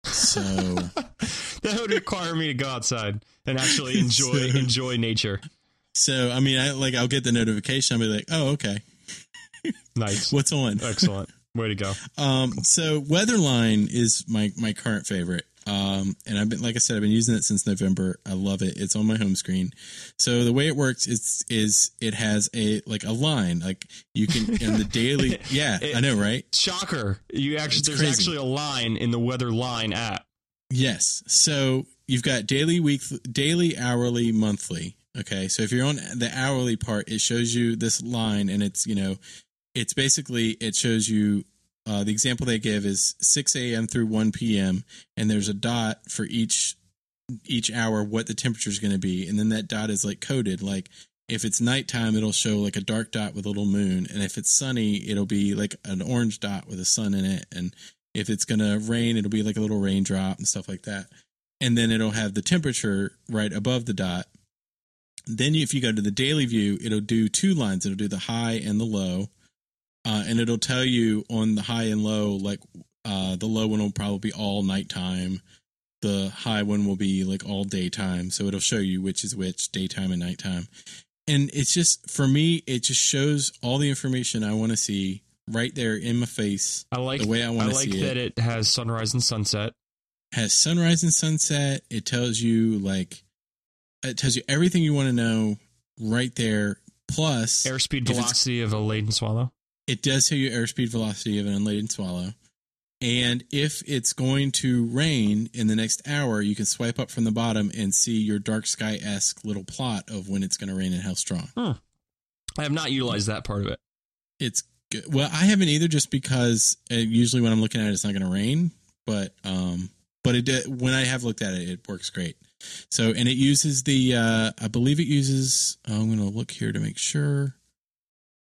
So that would require me to go outside and actually enjoy So- enjoy nature. so I mean, I like I'll get the notification. I'll be like, oh okay, Nice, what's on? excellent. Way to go. Um, so Weatherline is my my current favorite. Um, and I've been like I said, I've been using it since November. I love it. It's on my home screen. So the way it works is is it has a like a line like you can in the daily. Yeah, I know, right? Shocker! You actually It's there's crazy. actually a line in the weather line app. Yes. So you've got daily, week, daily, hourly, monthly. Okay. So if you're on the hourly part, it shows you this line, and it's you know, it's basically it shows you. Uh, the example they give is 6 a.m. through 1 p.m. and there's a dot for each each hour what the temperature is going to be, and then that dot is like coded. Like if it's nighttime, it'll show like a dark dot with a little moon, and if it's sunny, it'll be like an orange dot with a sun in it, and if it's going to rain it'll be like a little raindrop and stuff like that and then it'll have the temperature right above the dot then if you go to the daily view it'll do two lines it'll do the high and the low uh, and it'll tell you on the high and low like uh, the low one will probably be all nighttime the high one will be like all daytime so it'll show you which is which daytime and nighttime and it's just for me it just shows all the information i want to see right there in my face I like the way i I want to like see it that it. has sunrise and sunset. has sunrise and sunset. It tells you like it tells you everything you want to know right there. Plus, Airspeed If it's- velocity of a laden swallow. it does tell you airspeed velocity of an unladen swallow. And if it's going to rain in the next hour, you can swipe up from the bottom and see your dark sky esque little plot of when it's going to rain and how strong. I have not utilized that part of it. It's good. well, I haven't either, just because uh, usually when I'm looking at it, it's not going to rain. But um, but it did- when I have looked at it, it works great. So and it uses the uh, I believe it uses. oh, I'm going to look here to make sure.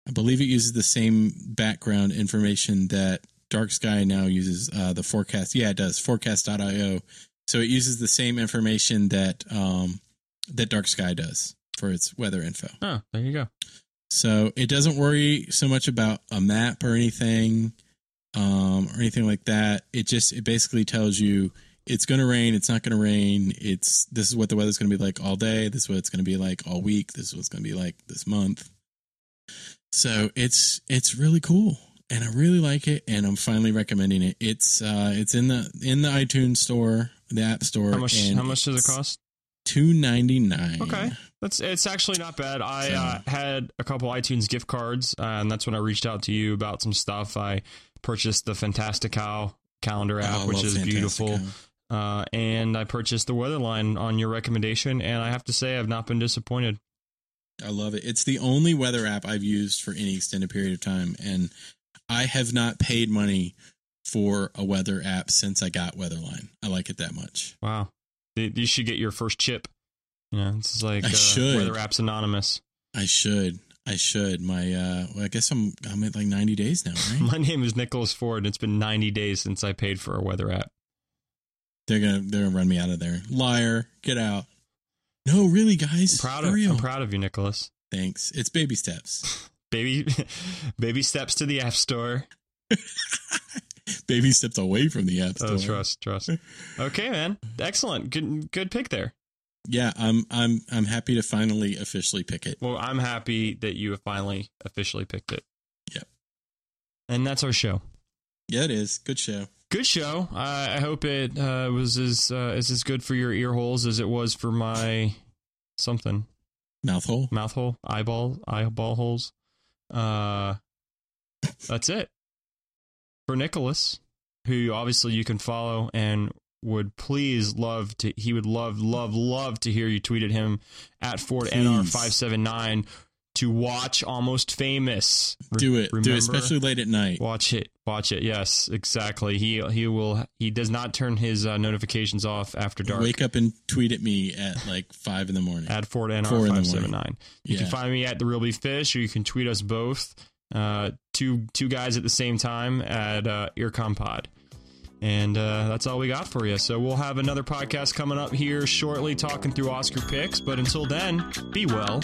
I believe it uses the same background information that Dark Sky now uses. Uh, the forecast, yeah, it does forecast.io. So it uses the same information that um, that Dark Sky does for its weather info. Oh, there you go. So it doesn't worry so much about a map or anything, um, or anything like that. It just it basically tells you it's going to rain. It's not going to rain. It's this is what the weather's going to be like all day. This is what it's going to be like all week. This is what it's going to be like this month. So it's it's really cool, and I really like it. And I'm finally recommending it. It's uh it's in the in the iTunes store, the App Store. How much? and How much does it cost? Two ninety nine. Okay. That's it's actually not bad. I uh, had a couple iTunes gift cards, uh, and that's when I reached out to you about some stuff. I purchased the Fantastical calendar app, Oh, I which love is beautiful, Fantastica. uh, and I purchased the Weatherline on your recommendation. And I have to say, I've not been disappointed. I love it. It's the only weather app I've used for any extended period of time, and I have not paid money for a weather app since I got Weatherline. I like it that much. Wow, Th- you should get your first chip. You know, this is like I uh, should. Weather Apps Anonymous. I should. I should. My uh well, I guess I'm I'm at like 90 days now, right? My name is Nicholas Ford, and it's been 90 days since I paid for a weather app. they're going to they're going to run me out of there. Liar. Get out. No, really guys. I'm proud for of real. I'm proud of you, Nicholas. Thanks. It's baby steps. baby baby steps to the app store. baby steps away from the app store. Oh, trust, trust. Okay, man. Excellent. Good good pick there. Yeah, I'm I'm I'm happy to finally officially pick it. Well, I'm happy that you have finally officially picked it. Yep. And that's our show. Yeah, it is. Good show. Good show. I I hope it uh, was as uh, as as good for your ear holes as it was for my something Mouth hole. mouth hole, eyeball, eyeball holes. Uh, that's it for Nicholas, who obviously you can follow and would please love to. He would love, love, love to hear you tweet at him at Ford NR five seven nine to watch Almost Famous. Re- Do it. Do remember? it especially late at night. Watch it. Watch it. Yes, exactly. He he will. He does not turn his uh, notifications off after dark. Wake up and tweet at me at like five in the morning. at Four Ford NR in the five morning. seven nine. You Yeah. can find me at the Real Beef Fish, or you can tweet us both, uh, two two guys at the same time at uh, Earcom Pod. And uh, that's all we got for you. So we'll have another podcast coming up here shortly, talking through Oscar picks. But until then, be well